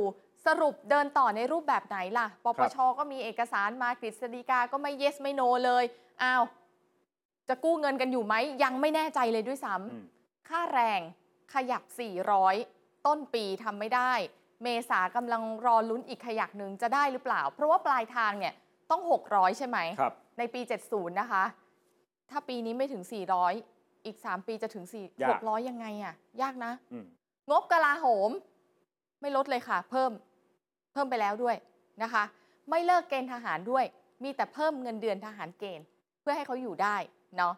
C: สรุปเดินต่อในรูปแบบไหนล่ะ ปปชก็มีเอกสารมากฤษฎีกาก็ไม่ yes ไม่ no เลยอ้าวจะกู้เงินกันอยู่ไหม ยังไม่แน่ใจเลยด้วยซ้
B: อืม
C: ำค่าแรงขยับ 400 ต้นปีทำไม่ได้ เมษากำลังรอลุ้นอีกขยักหนึ่งจะได้หรือเปล่า เพราะว่าปลายทางเนี่ยต้อง 600 ใช่ไหม
B: ครับ
C: ในปี 70 นะคะ ถ้าปีนี้ไม่ถึง 400 อีก 3 ปีจะถึง4
B: ยาก
C: 600 ยังไงอะ่ะ ยากนะ
B: อืม
C: งบกลาโหม ไม่ลดเลยค่ะ เพิ่ม เพิ่มไปแล้วด้วยนะคะ ไม่เลิกเกณฑ์ทหารด้วย มีแต่เพิ่มเงินเดือนทหารเกณฑ์ เพื่อให้เขาอยู่ได้เนาะ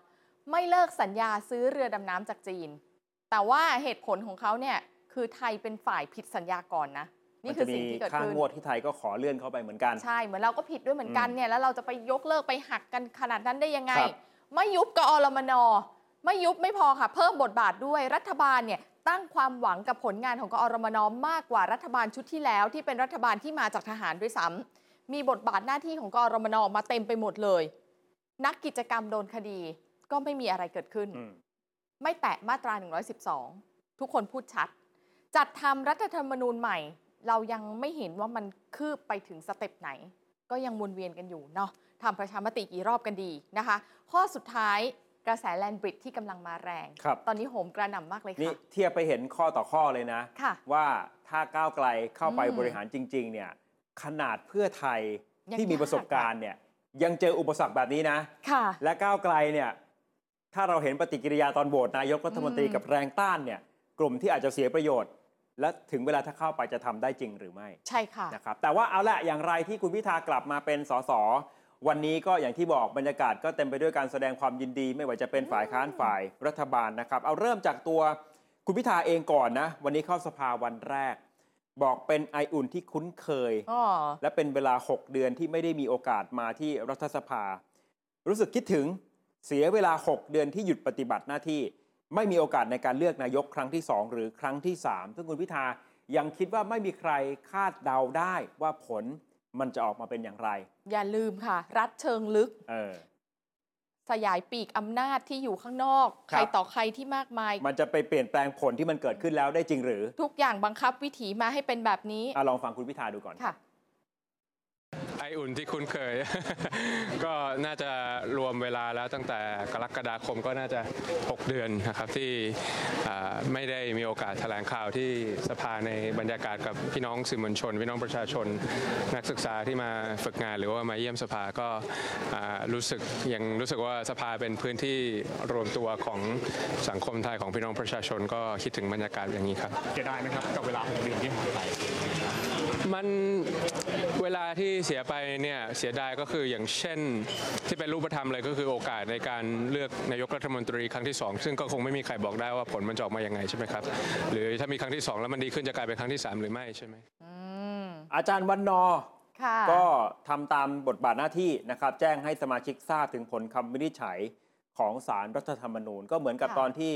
C: ไม่เลิกสัญญาซื้อเรือดำน้ำจากจีน แต่ว่าเหตุผลของเขาเนี่ยคือไทยเป็นฝ่ายผิดสัญญาก่อนนะ
B: มั
C: นี่คื
B: จะ
C: อ
B: มี
C: สิ่งที่เกิด
B: ค่า
C: ขึ้น
B: งวดที่ไทยก็ขอเลื่อนเข้าไปเหมือนกัน
C: ใช่ เหมือนเราก็ผิดด้วยเหมือนกัน
B: อืม
C: เนี่ยแล้วเราจะไปยกเลิกไปหักกันขนาดนั้นได้ยังไง
B: ครับ
C: ไม่ยุบกอรมนไม่ยุบไม่พอค่ะ เพิ่มบทบาทด้วยรัฐบาลเนี่ยตั้งความหวังกับผลงานของกอรมนมากกว่ารัฐบาลชุดที่แล้ว ที่เป็นรัฐบาลที่มาจากทหารด้วยซ้ำมีบทบาทหน้าที่ของกอรมนมาเต็มไปหมดเลย นักกิจกรรมโดนคดีก็ไม่มีอะไรเกิดขึ้น
B: อืม
C: ไม่แตะมาตรา 112 ทุกคนพูดชัด จัดทำรัฐธรรมนูญใหม่ เรายังไม่เห็นว่ามันคืบไปถึงสเต็ปไหน ก็ยังวนเวียนกันอยู่เนาะทำประชามติกี่รอบกันดีนะคะ ข้อสุดท้ายกระแสแลนบริดที่กำลังมาแรง
B: ครับ
C: ตอนนี้โหมกระหน่ำมากเลย
B: นี่
C: ค่ะ
B: เทียบไปเห็นข้อต่อข้อเลยนะ
C: ค่ะ
B: ว่าถ้าก้าวไกลเข้าไป
C: อืม
B: บริหารจริง ๆ เนี่ย ขนาดเพื่อไทย
C: ยัง
B: ที่มีประสบการณ์เนี่ยยังเจออุปสรรคแบบนี้นะ
C: ค่ะ
B: และก้าวไกลเนี่ยถ้าเราเห็นปฏิกิริยาตอนโหวตนายกรัฐมนตรี
C: อืม
B: กับแรงต้านเนี่ย กลุ่มที่อาจจะเสียประโยชน์ และถึงเวลาถ้าเข้าไปจะทำได้จริงหรือไม่
C: ใช่ค่ะ
B: นะครับแต่ว่าเอาละอย่างไรที่คุณพิธากลับมาเป็นสสวันนี้ก็อย่างที่บอกบรรยากาศก็เต็มไปด้วยการแสดงความยินดี ไม่ว่าจะเป็นฝ่ายค้านฝ่ายรัฐบาลนะครับ เอาเริ่มจากตัวคุณพิธาเองก่อนนะ วันนี้เข้าสภาวันแรก บอกเป็นไออุ่นที่คุ้นเคย
C: อ๋อ
B: และเป็นเวลา 6 เดือนที่ไม่ได้มีโอกาสมาที่รัฐสภา รู้สึกคิดถึงเสียเวลา 6 เดือนที่หยุดปฏิบัติหน้าที่ ไม่มีโอกาสในการเลือกนายกครั้งที่ 2 หรือครั้งที่ 3 ซึ่งคุณพิธายังคิดว่าไม่มีใครคาดเดาได้ว่าผลมันจะออกมาเป็นอย่างไร
C: อย่าลืมค่ะ รัฐเชิงลึก
B: เออ
C: สยายปีกอำนาจที่อยู่ข้างนอก
B: ค
C: ใค
B: รั
C: ร
B: บ
C: ต่อใครที่มากมาย
B: มันจะไปเปลี่ยนแปลงผลที่มันเกิดขึ้นแล้วได้จริงหรือ
C: ทุกอย่างบังคับวิถีมาให้เป็นแบบนี้
B: อะลองฟังคุณพิธาดูก่อน
C: ค่ะ
E: ไออุ่นที่คุ้นเคย ก็น่าจะรวมเวลาแล้วตั้งแต่กรกฎาคมก็น่าจะ 6 เดือนนะครับที่อ่าไม่ได้มีโอกาสแถลงข่าวที่สภาในบรรยากาศกับพี่น้องสื่อมวลชน พี่น้องประชาชน นักศึกษาที่มาฝึกงานหรือว่ามาเยี่ยมสภาก็อ่ารู้สึกยังรู้สึกว่าสภาเป็นพื้นที่รวมตัวของสังคมไทยของพี่น้องประชาชน ก็คิดถึงบรรยากาศอย่างนี้ครับ
F: เสียดายไหมครับกับเวลาของเดือนที่ผ่านไป
E: มันเวลาที่เสียไปเนี่ยเสียดายก็คืออย่างเช่น ที่เป็นรูปธรรมเลยก็คือโอกาสในการเลือกนายกรัฐมนตรีครั้งที่สองซึ่งก็คงไม่มีใครบอกได้ว่าผลมันจะออกมายังไงใช่ไหมครับ หรือถ้ามีครั้งที่สองแล้วมันดีขึ้นจะกลายเป็นครั้งที่สามหรือไม่ใช่ไหม
C: อืม
B: อาจารย์วันนอร์
C: ค่ะ
B: ก็ทำตามบทบาทหน้าที่นะครับ แจ้งให้สมาชิกทราบถึงผลคำวินิจฉัยของสารรัฐธรรมนูญ ก็เหมือนกับ
C: ค่ะ
B: ตอนที่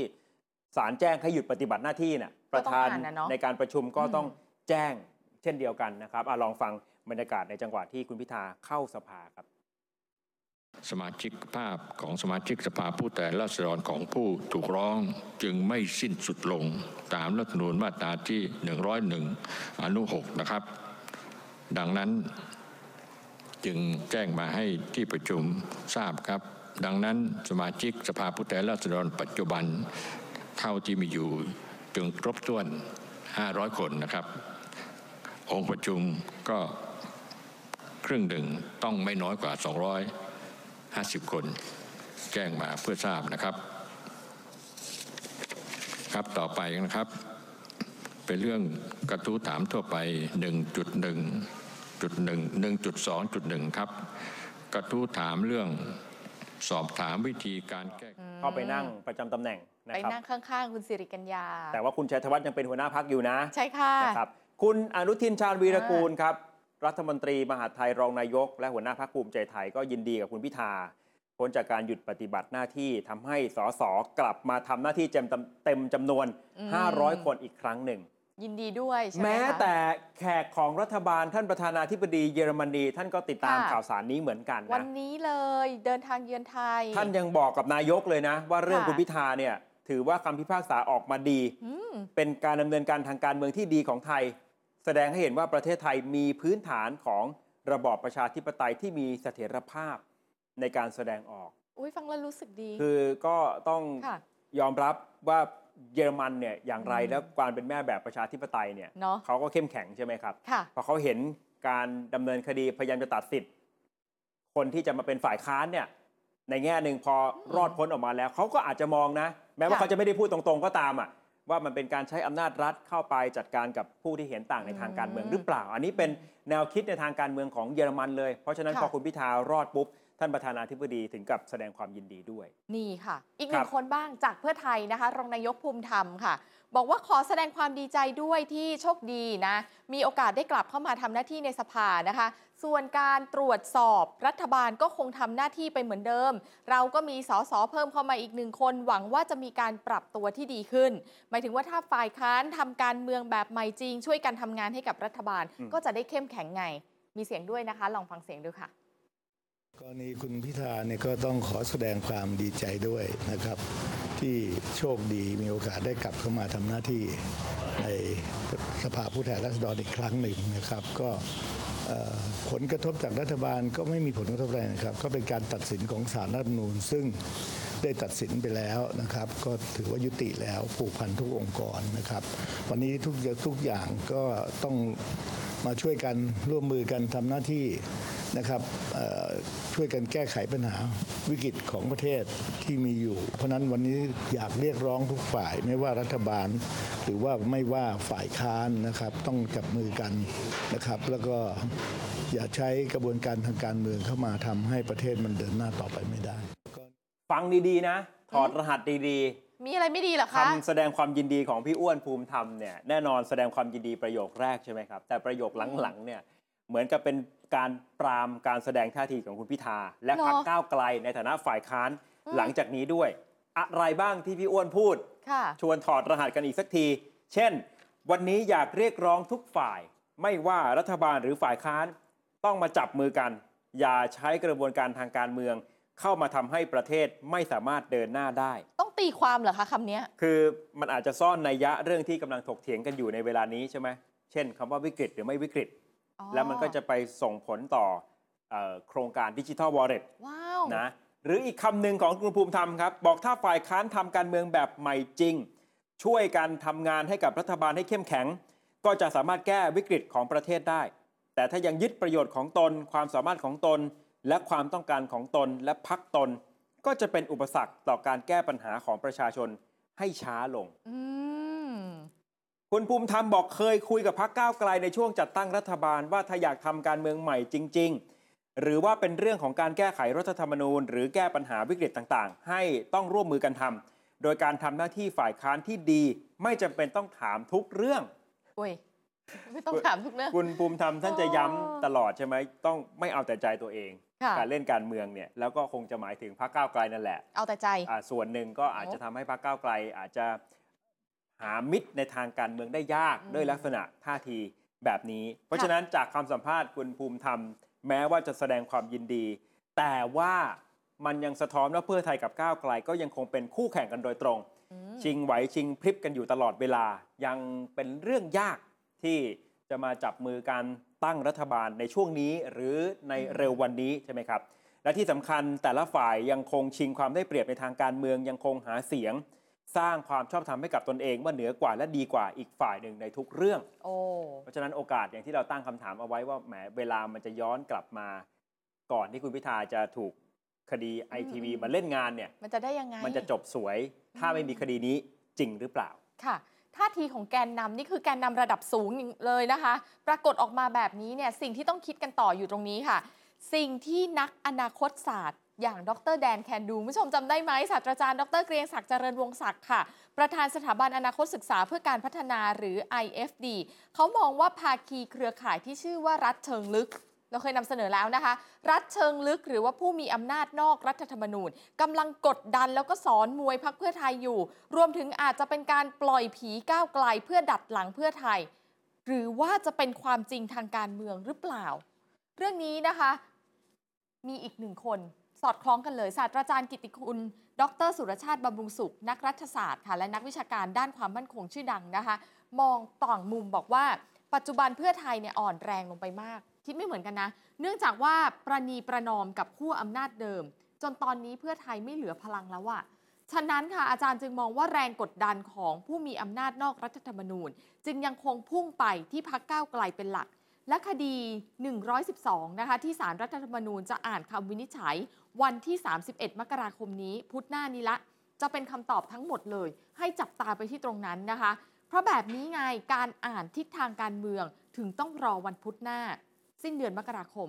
B: สารแจ้งให้หยุดปฏิบัติหน้าที่น่ะประธาน
C: ก็ต้องอ่านนะเนอะ
B: ในการประชุมก็ต้องแจ้งเช่นเดียวกันนะครับอะลองฟังบรรยากาศในจังหวะที่คุณพิธาเข้าสภาครับ
G: สมาชิกภาพของสมาชิกสภาผู้แทนราษฎรของผู้ถูกร้องจึงไม่สิ้นสุดลงตามรัฐธรรมนูญมาตราที่ 101 อนุ 6 นะครับ ดังนั้นจึงแจ้งมาให้ที่ประชุมทราบครับ ดังนั้นสมาชิกสภาผู้แทนราษฎรปัจจุบันเท่าที่มีอยู่จึงครบถ้วน 500 คนนะครับ องค์ประชุมก็ครึ่งหนึ่งต้องไม่น้อยกว่า 200 50 คนแจ้งมาเพื่อทราบนะครับ ครับต่อไปนะครับ เป็นเรื่องกระทู้ถามทั่วไป 1.1.1 1.2.1 ครับ กระทู้ถามเรื่องสอบถามวิธีการแก้
B: เข้าไปนั่งประจำตำแหน่งนะ
C: ไป
B: ครับ
C: นั่งข้างๆ คุณสิริกัญญา
B: แต่ว่าคุณชัยธวัฒน์ยังเป็นหัวหน้าพักอยู่นะ
C: ใช่ค่ะ
B: นะครับคุณอนุทินชาญวีรกูลครับ รัฐมนตรีมหาดไทยรองนายก และหัวหน้าพรรคภูมิใจไทยก็ยินดีกับคุณพิธาพ้นจากการหยุดปฏิบัติหน้าที่ทำให้สสกลับมาทำหน้าที่เต็มเต็มจำนวน
C: อืม
B: 500 คนอีกครั้งหนึ่ง
C: ยินดีด้วยใช่ไหม
B: แม้
C: คะ
B: แต่แขกของรัฐบาลท่านประธานาธิบดีเยอรมนี ท่านก็ติดตาม
C: ค่ะ
B: ข่าวสารนี้เหมือนกัน
C: วัน
B: นะ
C: นี้เลยเดินทางเยือนไทย
B: ท่านยังบอกกับนายกเลยนะ ว่าเรื่อง
C: ค่ะ
B: คุณพิธาเนี่ยถือว่าคำพิพากษาออกมาดี
C: อืม
B: เป็นการดำเนินการทางการเมืองที่ดีของไทย แสดงให้เห็นว่าประเทศไทยมีพื้นฐานของระบอบประชาธิปไตยที่มีเสถียรภาพในการแสดงออก
C: อุ้ยฟังแล้วรู้สึกดี
B: คือก็ต้อง
C: ค่ะ
B: ยอมรับว่าเยอรมันเนี่ยอย่างไร
C: อืม
B: แล้วการเป็นแม่แบบประชาธิปไตยเนี่ย
C: เนอะ
B: เขาก็เข้มแข็งใช่ไหมครับ
C: ค่ะ
B: พอเขาเห็นการดำเนินคดีพยายามจะตัดสิทธิ์ คนที่จะมาเป็นฝ่ายค้านเนี่ย ในแง่หนึ่งพอรอดพ้นออกมาแล้ว เขาก็อาจจะมองนะ แม้ว่า
C: ค่ะ
B: เขาจะไม่ได้พูดตรงๆก็ตามอ่ะว่ามันเป็นการใช้อำนาจรัฐเข้าไปจัดการกับผู้ที่เห็นต่างในทางการเมือง
C: อืม
B: หรือเปล่า อันนี้เป็นแนวคิดในทางการเมืองของเยอรมันเลย เพราะฉะนั้น
C: ค่ะ
B: พอคุณพิธารอดปุ๊บ ท่านประธานาธิบดีถึงกับแสดงความยินดีด้วย
C: นี่ค่ะ อีกห
B: ครั
C: นึ่
B: บ
C: งคนบ้างจากเพื่อไทยนะคะ รองนายกภูมิธรรมค่ะ บอกว่าขอแสดงความดีใจด้วยที่โชคดีนะ มีโอกาสได้กลับเข้ามาทำหน้าที่ในสภานะคะ ส่วนการตรวจสอบรัฐบาลก็คงทำหน้าที่ไปเหมือนเดิม เราก็มีสสเพิ่มเข้ามาอีกหนึ่งคน หวังว่าจะมีการปรับตัวที่ดีขึ้น หมายถึงว่าถ้าฝ่ายค้านทำการเมืองแบบใหม่จริง ช่วยกันทำงานให้กับรัฐบาล ก็จะได้เข้มแข็งไง มีเสียงด้วยนะคะ ลองฟังเสียงดูค่ะ
H: กรณีคุณพิธาเนี่ยก็ต้องขอแสดงความดีใจด้วยนะครับ ที่โชคดีมีโอกาสได้กลับเข้ามาทำหน้าที่ในสภาผู้แทนราษฎรอีกครั้งหนึ่งนะครับ ก็เอ่อผลกระทบจากรัฐบาลก็ไม่มีผลกระทบอะไรนะครับ ก็เป็นการตัดสินของศาลรัฐธรรมนูญซึ่งได้ตัดสินไปแล้วนะครับ ก็ถือว่ายุติแล้วผูกพันทุกองค์กรนะครับ วันนี้ทุกอย่างทุกอย่างก็ต้องมาช่วยกันร่วมมือกันทำหน้าที่ นะครับเอ่อช่วยกันแก้ไขปัญหาวิกฤตของประเทศที่มีอยู่ เพราะฉะนั้นวันนี้อยากเรียกร้องทุกฝ่ายไม่ว่ารัฐบาล หรือว่าไม่ว่าฝ่ายค้านนะครับ ต้องจับมือกันนะครับ แล้วก็อย่าใช้กระบวนการทางการเมืองเข้ามาทำให้ประเทศมันเดินหน้าต่อไปไม่ได้
B: ฟังดีๆนะ ถอดรหัสดีๆ
C: มีอะไรไม่ดีเหรอคะ
B: คำแสดงความยินดีของพี่อ้วนภูมิธรรมเนี่ยแน่นอนแสดงความยินดีประโยคแรกใช่ไหมครับแต่ประโยคหลังๆเนี่ยเหมือนกับเป็นการปรามการแสดงท่าทีของคุณพิธา และพรรค
C: หรอ
B: ก้าวไกลในฐานะฝ่ายค้าน
C: อืม
B: หลังจากนี้ด้วย อะไรบ้างที่พี่อ้วนพูด
C: ค่ะ
B: ชวนถอดรหัสกันอีกสักที เช่น วันนี้อยากเรียกร้องทุกฝ่าย ไม่ว่ารัฐบาลหรือฝ่ายค้าน ต้องมาจับมือกัน อย่าใช้กระบวนการทางการเมือง เข้ามาทำให้ประเทศไม่สามารถเดินหน้าได้
C: ต้องตีความเหรอคะคำเนี้ย
B: คือมันอาจจะซ่อนนัยยะเรื่องที่กำลังถกเถียงกันอยู่ในเวลานี้ใช่ไหมเช่นคำว่าวิกฤตหรือไม่วิกฤต
C: อ๋อ
B: แล้วมันก็จะไปส่งผลต่อเอ่อโครงการดิจิทัลวอลเล็ต
C: ว้าว
B: นะหรืออีกคำหนึ่งของคุณภูมิธรรมครับ บอกถ้าฝ่ายค้านทำการเมืองแบบใหม่จริง ช่วยกันทำงานให้กับรัฐบาลให้เข้มแข็ง ก็จะสามารถแก้วิกฤตของประเทศได้ แต่ถ้ายังยึดประโยชน์ของตน ความสามารถของตน และความต้องการของตนและพักตน ก็จะเป็นอุปสรรคต่อการแก้ปัญหาของประชาชนให้ช้าลง
C: อืม
B: คุณภูมิธรรมบอกเคยคุยกับพักก้าวไกลในช่วงจัดตั้งรัฐบาลว่าถ้าอยากทำการเมืองใหม่จริง ๆ หรือว่าเป็นเรื่องของการแก้ไขรัฐธรรมนูญ หรือแก้ปัญหาวิกฤตต่างๆ ให้ต้องร่วมมือกันทำโดยการทำหน้าที่ฝ่ายค้านที่ดี ไม่จำเป็นต้องถามทุกเรื่อง
C: อุ้ย ไม่ต้องถามทุกเรื่อง
B: คุณภูมิธรรมท่านจะย้ำตลอดใช่ไหมต้องไม่เอาแต่ใจตัวเอง
C: ค่ะ
B: การเล่นการเมืองเนี่ยแล้วก็คงจะหมายถึงพรรคก้าวไกลนั่นแหละ
C: เอาแต่ใจ
B: อ่าส่วนหนึ่งก็อาจจะทำให้พรรคก้าวไกล อาจจะหามิตรในทางการเมืองได้ยาก
C: อืม
B: ด้วยลักษณะท่าทีแบบนี้ เพราะ
C: ค่ะ
B: ฉะนั้นจากคำสัมภาษณ์คุณภูมิธรรม แม้ว่าจะแสดงความยินดี แต่ว่ามันยังสะท้อนว่าเพื่อไทยกับก้าวไกล ก็ยังคงเป็นคู่แข่งกันโดยตรง
C: อืม
B: ชิงไหวชิงพริบกันอยู่ตลอดเวลา ยังเป็นเรื่องยากที่จะมาจับมือการตั้งรัฐบาลในช่วงนี้หรือในเร็ววันนี้ใช่ไหมครับ และที่สำคัญแต่ละฝ่ายยังคงชิงความได้เปรียบในทางการเมืองยังคงหาเสียง สร้างความชอบธรรมให้กับตนเองว่าเหนือกว่าและดีกว่าอีกฝ่ายหนึ่งในทุกเรื่อง
C: โอ้
B: เพราะฉะนั้นโอกาสอย่างที่เราตั้งคำถามเอาไว้ว่าแหมเวลามันจะย้อนกลับมา ก่อนที่คุณพิธาจะถูกคดีไอทีวี
C: อืม
B: มาเล่นงานเนี่ย
C: มันจะได้ยังไง
B: มันจะจบสวย ถ้าไม่มีคดีนี้จริงหรือเปล่า
C: ค่ะ ท่าทีของแกนนำนี่คือแกนนำระดับสูงเลยนะคะ ปรากฏออกมาแบบนี้เนี่ยสิ่งที่ต้องคิดกันต่ออยู่ตรงนี้ค่ะ สิ่งที่นักอนาคตศาสตร์ อย่างดรแดนแคนดูคุณผู้ชมจำได้ไหมศาสตราจารย์ดรเกรียงศักดิ์เจริญวงศักดิ์ค่ะ ประธานสถาบันอนาคตศึกษาเพื่อการพัฒนาหรือ IFD เขามองว่าภาคีเครือข่ายที่ชื่อว่ารัฐเชิงลึก เราเคยนำเสนอแล้วนะคะ รัฐเชิงลึกหรือว่าผู้มีอำนาจนอกรัฐธรรมนูญกำลังกดดันแล้วก็สอนมวยพักเพื่อไทยอยู่ รวมถึงอาจจะเป็นการปล่อยผีก้าวไกลเพื่อดัดหลังเพื่อไทย หรือว่าจะเป็นความจริงทางการเมืองหรือเปล่า เรื่องนี้นะคะ มีอีกหนึ่งคน สอดคล้องกันเลยศาสตราจารย์กิติคุณ ดร สุรชาติบำรุงสุข นักรัฐศาสตร์ค่ะและนักวิชาการด้านความมั่นคงชื่อดังนะคะ มองต่างมุมบอกว่า ปัจจุบันเพื่อไทยเนี่ยอ่อนแรงลงไปมาก คิดไม่เหมือนกันนะ เนื่องจากว่าประนีประนอมกับคู่อำนาจเดิม จนตอนนี้เพื่อไทยไม่เหลือพลังแล้วอะฉะนั้นค่ะอาจารย์จึงมองว่าแรงกดดันของผู้มีอำนาจนอกรัฐธรรมนูญ จึงยังคงพุ่งไปที่พักก้าวไกลเป็นหลัก และคดี 112 นะคะ ที่สารรัฐธรรมนูญจะอ่านคำวินิจฉัย วันที่ 31 มกราคมนี้ พุธหน้านี้ละ จะเป็นคำตอบทั้งหมดเลย ให้จับตาไปที่ตรงนั้นนะคะ เพราะแบบนี้ไงการอ่านทิศทางการเมืองถึงต้องรอวันพุธหน้า สิ้นเดือนมกราคม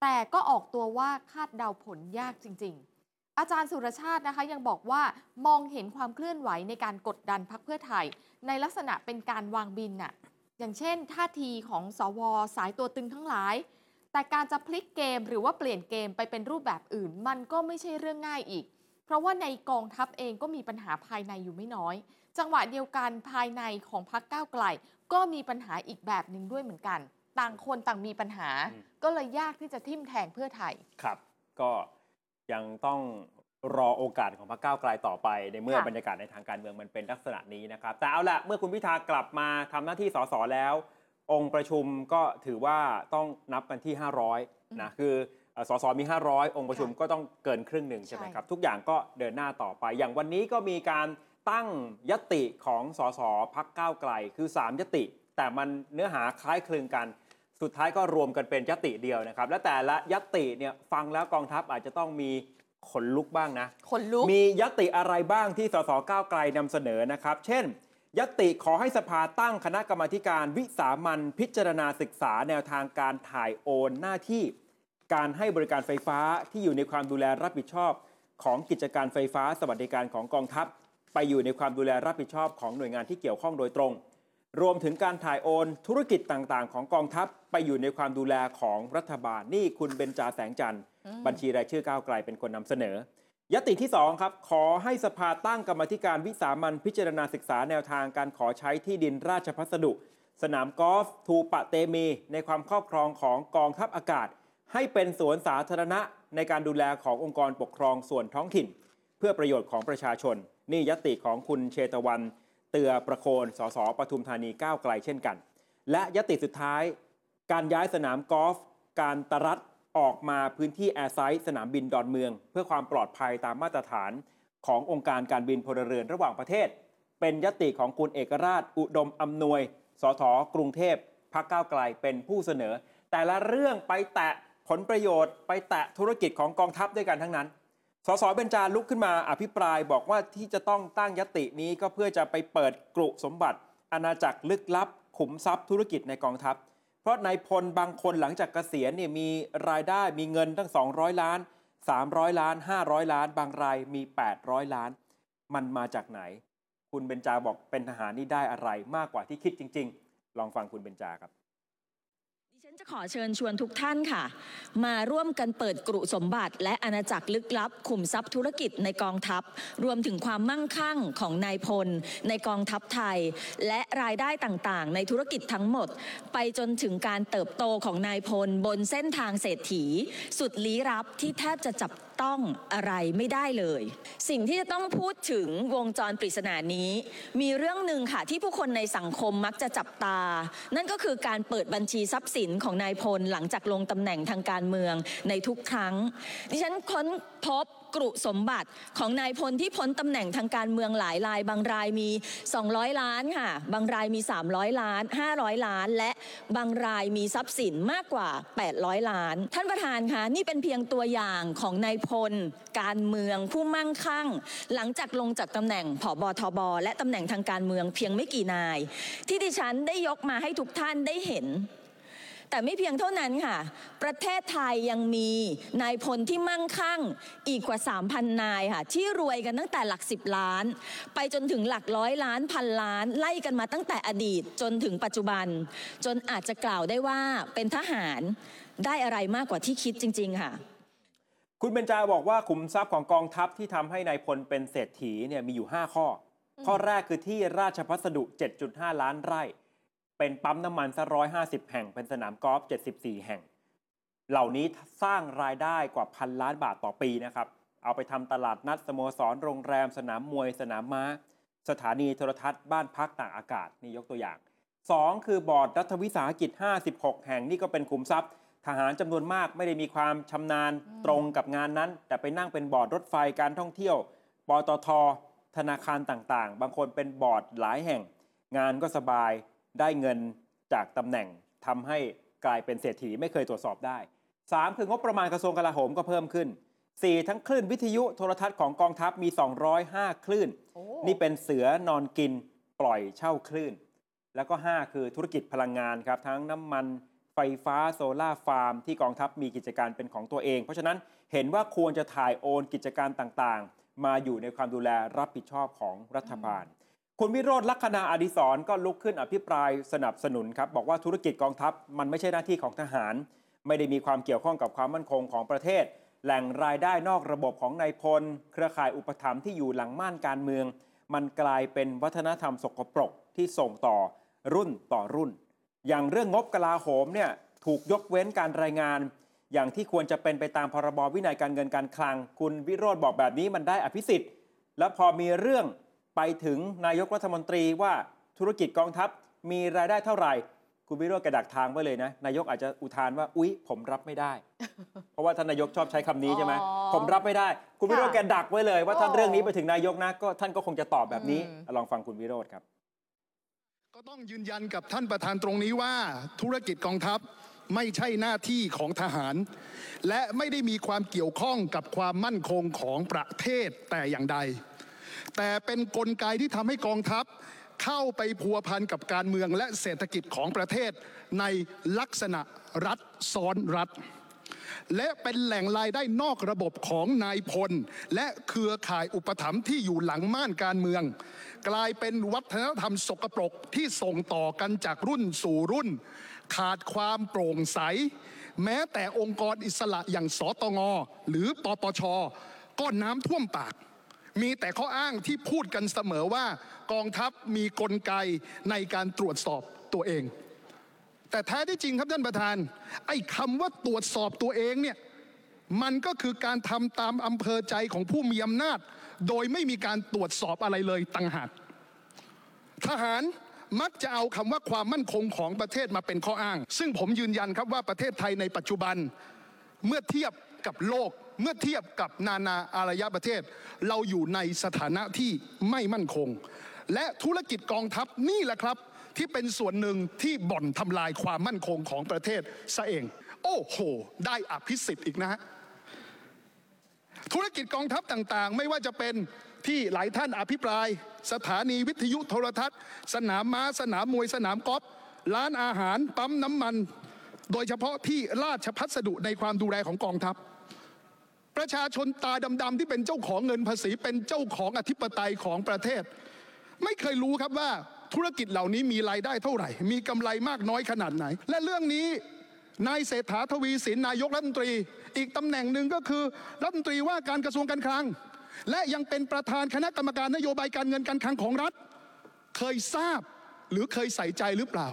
C: แต่ก็ออกตัวว่าคาดเดาผลยากจริง ๆ อาจารย์สุรชาตินะคะยังบอกว่ามองเห็นความเคลื่อนไหวในการกดดันพักเพื่อไทย ในลักษณะเป็นการวางบินน่ะ อย่างเช่น ท่าทีของสวสายตัวตึงทั้งหลาย แต่การจะพลิกเกมหรือว่าเปลี่ยนเกมไปเป็นรูปแบบอื่น มันก็ไม่ใช่เรื่องง่ายอีก เพราะว่าในกองทัพเองก็มีปัญหาภายในอยู่ไม่น้อย จังหวะเดียวกันภายในของพักก้าวไกล ก็มีปัญหาอีกแบบหนึ่งด้วยเหมือนกัน ต่างคนต่างมีปัญหา
B: อืม
C: ก็เลยยากที่จะทิ่มแทงเพื่อไทย
B: ครับก็ยังต้องรอโอกาสของพรรคก้าวไกลต่อไป ในเมื่อ
C: ค่ะ
B: บรรยากาศในทางการเมืองมันเป็นลักษณะนี้นะครับ แต่เอาละเมื่อคุณพิธากลับมาทำหน้าที่สสแล้ว องค์ประชุมก็ถือว่าต้องนับกันที่ 500นะคือเอ่อสสมี 500 องค์ประชุมก็ต้องเกินครึ่งหนึ่งใช่ไหมครับ ทุกอย่างก็เดินหน้าต่อไป อย่างวันนี้ก็มีการตั้งยติของสสพักก้าวไกลคือ 3 ยติ แต่มันเนื้อหาคล้ายคลึงกัน สุดท้ายก็รวมกันเป็นยติเดียวนะครับ และแต่ละยติเนี่ยฟังแล้วกองทัพอาจจะต้องมีขนลุกบ้างนะ
C: คนลุก
B: มียติอะไรบ้างที่สสก้าวไกลนำเสนอนะครับ เช่น ยติขอให้สภาตั้งคณะกรรมาธิการวิสามันพิจารณาศึกษาแนวทางการถ่ายโอนหน้าที่ การให้บริการไฟฟ้าที่อยู่ในความดูแลรับผิดชอบ ของกิจการไฟฟ้าสวัสดิการของกองทัพ ไปอยู่ในความดูแลรับผิดชอบของหน่วยงานที่เกี่ยวข้องโดยตรง รวมถึงการถ่ายโอนธุรกิจต่างๆ ของกองทัพ ไปอยู่ในความดูแลของรัฐบาลนี่คุณเบญจาแสงจันทร์
C: อืม
B: บัญชีรายชื่อก้าวไกลเป็นคนนำเสนอ ยติที่ 2 ครับ ขอให้สภาตั้งกรรมาธิการวิสามันพิจารณาศึกษาแนวทางการขอใช้ที่ดินราชพัสดุ สนามกอล์ฟทูปะเตมี ในความครอบครองของกองทัพอากาศ ให้เป็นสวนสาธารณะในการดูแลขององค์กรปกครองส่วนท้องถิ่น เพื่อประโยชน์ของประชาชน นี่ยติของคุณเชตวัน เตือประโคนสสปทุมธานีก้าวไกลเช่นกัน และยติสุดท้าย การย้ายสนามกอล์ฟการตรัสออกมาพื้นที่แอร์ไซต์สนามบินดอนเมือง เพื่อความปลอดภัยตามมาตรฐานขององค์การการบินพลเรือนระหว่างประเทศ เป็นยติของคุณเอกราชอุดมอำนวย สทกรุงเทพพักก้าวไกลเป็นผู้เสนอ แต่ละเรื่องไปแตะผลประโยชน์ ไปแตะธุรกิจของกองทัพด้วยกันทั้งนั้น สสเบญจาลุกขึ้นมาอภิปรายบอกว่าที่จะต้องตั้งยตินี้ก็เพื่อจะไปเปิดกลุ่สมบัติ อาณาจักรลึกลับ ขุมทรัพย์ธุรกิจในกองทัพ เพราะนายพลบางคนหลังจากเกษียณเนี่ยมีรายได้มีเงินตั้ง 200 ล้าน 300 ล้าน 500 ล้าน บางรายมี 800 ล้าน มันมาจากไหน คุณเบญจาบอกเป็นทหารนี่ได้อะไรมากกว่าที่คิดจริง ๆ ลองฟังคุณเบญจาครับ
I: ดิฉันจะขอเชิญชวนทุกท่านค่ะ มาร่วมกันเปิดกรุสมบัติ และอาณาจักรลึกลับขุมทรัพย์ธุรกิจในกองทัพ รวมถึงความมั่งคั่งของนายพล ในกองทัพไทย และรายได้ต่างๆ ในธุรกิจทั้งหมด ไปจนถึงการเติบโตของนายพล บนเส้นทางเศรษฐี สุดลี้ลับที่แทบจะจับต้องอะไรไม่ได้เลย สิ่งที่จะต้องพูดถึงวงจรปริศนานี้ มีเรื่องหนึ่งค่ะที่ผู้คนในสังคมมักจะจับตา นั่นก็คือการเปิดบัญชีทรัพย์สินของนายพลหลังจากลงตำแหน่งทางการเมืองในทุกครั้ง ดิฉันค้นพบกรุสมบัติของนายพลที่พ้นตำแหน่งทางการเมืองหลายราย บางรายมี 200 ล้านค่ะ บางรายมี 300 ล้าน 500 ล้าน และบางรายมีทรัพย์สินมากกว่า 800 ล้าน ท่านประธานคะนี่เป็นเพียงตัวอย่างของนายพล การเมืองผู้มั่งคั่ง หลังจากลงจากตำแหน่งผบทบ และตำแหน่งทางการเมืองเพียงไม่กี่นาย ที่ดิฉันได้ยกมาให้ทุกท่านได้เห็น แต่ไม่เพียงเท่านั้นค่ะ ประเทศไทยยังมีนายพลที่มั่งคั่งอีกกว่า 3,000 นายค่ะ ที่รวยกันตั้งแต่หลัก 10 ล้าน ไปจนถึงหลักร้อยล้านพันล้าน ไล่กันมาตั้งแต่อดีตจนถึงปัจจุบัน จนอาจจะกล่าวได้ว่าเป็นทหารได้อะไรมากกว่าที่คิดจริง ๆ ค่ะ
B: คุณเบญจาบอกว่าขุมทรัพย์ของกองทัพที่ทำให้ในายพลเป็นเศรษฐีเนี่ยมีอยู่ 5 ข้อ ข้อแรกคือที่ราชพัสดุ 7.5 ล้านไร่ เป็นปั๊มน้ำมันซะ150 แห่ง เป็นสนามกอล์ฟ 74 แห่ง เหล่านี้สร้างรายได้กว่าพันล้านบาทต่อปีนะครับ เอาไปทำตลาดนัดสโมสรโรงแรม สนามมวย สนามม้า สถานีโทรทัศน์บ้านพักต่างอากาศนี่ยกตัวอย่าง 2 คือบอร์ดรัฐวิสาหกิจ 56 แห่งนี่ก็เป็นขุมทรัพย์ ทหารจำนวนมากไม่ได้มีความชำนาญ
C: อืม
B: ตรงกับงานนั้น แต่ไปนั่งเป็นบอร์ดรถไฟการท่องเที่ยวปตท ธนาคารต่างๆ บางคนเป็นบอร์ดหลายแห่ง งานก็สบายได้เงินจากตำแหน่งทำให้กลายเป็นเศรษฐีไม่เคยตรวจสอบได้ 3 คืองบประมาณกระทรวงกลาโหมก็เพิ่มขึ้น 4 ทั้งคลื่นวิทยุโทรทัศน์ของกองทัพมี 205 คลื่น
C: โอ้
B: นี่เป็นเสือนอนกินปล่อยเช่าคลื่น แล้วก็ 5 คือธุรกิจพลังงานครับ ทั้งน้ำมันไฟฟ้าโซลาร์ฟาร์ม ที่กองทัพมีกิจการเป็นของตัวเอง เพราะฉะนั้นเห็นว่าควรจะถ่ายโอนกิจการต่างๆ มาอยู่ในความดูแลรับผิดชอบของรัฐบาล คุณวิโรธลักษณาอดิศรก็ลุกขึ้นอภิปรายสนับสนุนครับ บอกว่าธุรกิจกองทัพมันไม่ใช่หน้าที่ของทหาร ไม่ได้มีความเกี่ยวข้องกับความมั่นคงของประเทศ แหล่งรายได้นอกระบบของนายพล เครือข่ายอุปถัมภ์ที่อยู่หลังม่านการเมือง มันกลายเป็นวัฒนธรรมสกปรกที่ส่งต่อรุ่นต่อรุ่น อย่างเรื่องงบกลาโหมเนี่ยถูกยกเว้นการรายงาน อย่างที่ควรจะเป็นไปตามพรบวินัยการเงินการคลัง คุณวิโรธบอกแบบนี้มันได้อภิสิทธิ์ แล้วพอมีเรื่องไปถึงนายกรัฐมนตรีว่าธุรกิจกองทัพมีรายได้เท่าไหร่ คุณวิโรจน์กระดักทางไว้เลยนะ นายกอาจจะอุทานว่าอุ๊ย ผมรับไม่ได้ เพราะว่าท่านนายกชอบใช้คำนี้ใช่ไหม
C: อ๋อ
B: ผมรับไม่ได้ คุณวิโรจน์
C: ค่ะ
B: แกดักไว้เลย ว่าถ้า
C: โอ้
B: เรื่องนี้ไปถึงนายกนะก็ท่านก็คงจะตอบแบบนี้
C: อืม
B: ลองฟังคุณวิโรจน์ครับ
J: ก็ต้องยืนยันกับท่านประธานตรงนี้ว่าธุรกิจกองทัพไม่ใช่หน้าที่ของทหาร และไม่ได้มีความเกี่ยวข้องกับความมั่นคงของประเทศแต่อย่างใด แต่เป็นนกลไกที่ทำให้กองทัพ เข้าไปพัวพันกับการเมืองและเศรษฐกิจของประเทศในลักษณะรัฐซ้อนรัฐ และเป็นแหล่งรายได้นอกระบบของนายพล และเครือข่ายอุปถัมภ์ที่อยู่หลังม่านการเมือง กลายเป็นวัฒนธรรมสกปรกที่ส่งต่อกันจากรุ่นสู่รุ่น ขาดความโปร่งใส แม้แต่องค์กรอิสระอย่างสตงหรือปปช ก็น้ำท่วมปาก มีแต่ข้ออ้างที่พูดกันเสมอว่ากองทัพมีกลไกในการตรวจสอบตัวเอง
G: แต่แท้ที่จริงครับท่านประธาน ไอ้คำว่าตรวจสอบตัวเองเนี่ย มันก็คือการทำตามอำเภอใจของผู้มีอำนาจ โดยไม่มีการตรวจสอบอะไรเลยต่างหาก ทหารมักจะเอาคำว่าความมั่นคงของประเทศมาเป็นข้ออ้าง ซึ่งผมยืนยันครับว่าประเทศไทยในปัจจุบัน เมื่อเทียบกับโลก เมื่อเทียบกับนานาอารยประเทศ เราอยู่ในสถานะที่ไม่มั่นคง และธุรกิจกองทัพนี่แหละครับ ที่เป็นส่วนหนึ่งที่บ่อนทำลายความมั่นคงของประเทศซะเอง โอ้โห ได้อภิสิทธิ์อีกนะฮะ ธุรกิจกองทัพต่างๆ ไม่ว่าจะเป็นที่หลายท่านอภิปราย สถานีวิทยุโทรทัศน์ สนามม้าสนามมวยสนามกอล์ฟร้านอาหารปั๊มน้ำมัน โดยเฉพาะที่ราชพัสดุในความดูแลของกองทัพ ประชาชนตาดำๆที่เป็นเจ้าของเงินภาษีเป็นเจ้าของอธิปไตยของประเทศ ไม่เคยรู้ครับว่าธุรกิจเหล่านี้มีรายได้เท่าไหร่ มีกำไรมากน้อยขนาดไหน และเรื่องนี้ นายเศรษฐาทวีสินนายกรัฐมนตรี อีกตำแหน่งหนึ่งก็คือรัฐมนตรีว่าการกระทรวงการคลัง และยังเป็นประธานคณะกรรมการนโยบายการเงินการคลังของรัฐ เคยทราบหรือเคยใส่ใจหรือเปล่า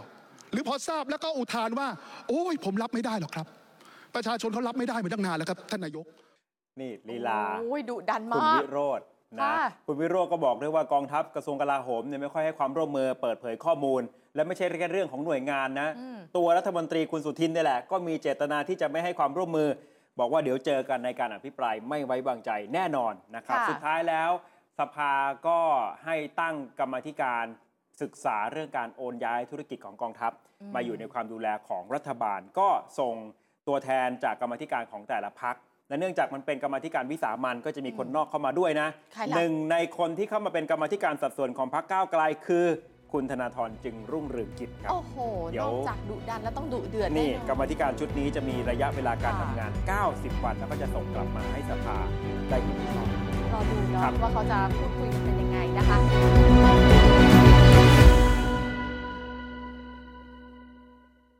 G: หรือพอทราบแล้วก็อุทานว่า โอ้ยผมรับไม่ได้หรอกครับ ประชาชนเขารับไม่ได้มาตั้งนานแล้วครับท่านนายก
B: นี่ลีลา
C: โอ้ยดุดัน
B: คุณ
C: มาก
B: วิโรจน์นะ
C: ค่ะ
B: คุณวิโรจน์ก็บอกด้วยว่ากองทัพกระทรวงกลาโหมเนี่ยไม่ค่อยให้ความร่วมมือเปิดเผยข้อมูล และไม่ใช่แค่เรื่องของหน่วยงานนะ
C: อืม
B: ตัวรัฐมนตรีคุณสุทินเนี่ยแหละ ก็มีเจตนาที่จะไม่ให้ความร่วมมือ บอกว่าเดี๋ยวเจอกันในการอภิปรายไม่ไว้วางใจแน่นอนนะครับ
C: ค่ะ
B: สุดท้ายแล้วสภาก็ให้ตั้งกรรมาธิการศึกษาเรื่องการโอนย้ายธุรกิจของกองทัพ มาอยู่ในความดูแลของรัฐบาลก็ส่งตัวแทนจากกรรมาธิการของแต่ละพักและเนื่องจากมันเป็นกรรมาธิการวิสามันก็จะมีคนนอกเข้ามาด้วยนะ
C: ใครล่ะ
B: หนึ่งในคนที่เข้ามาเป็นกรรมาธิการสัดส่วนของพักก้าวไกลคือคุณธนาธรจึงรุ่งเรืองกิจครับ
C: โอ้โห
B: เดี๋ย
C: น
B: ว
C: อกจากดุดันแล้วต้องดุเดือด
B: นี่
C: แอ
B: กรรมาธิการชุดนี้จะมีระยะเวลาการ
C: ค่ะ
B: ทำงาน 90 วันแล้วก็จะส่งกลับมาให้สภาได้อีกรอบ
C: รอดู
B: ครั
C: เนาะ
B: บ
C: ว่าเขาจะพูดคุยกันเป็นยังไงนะคะ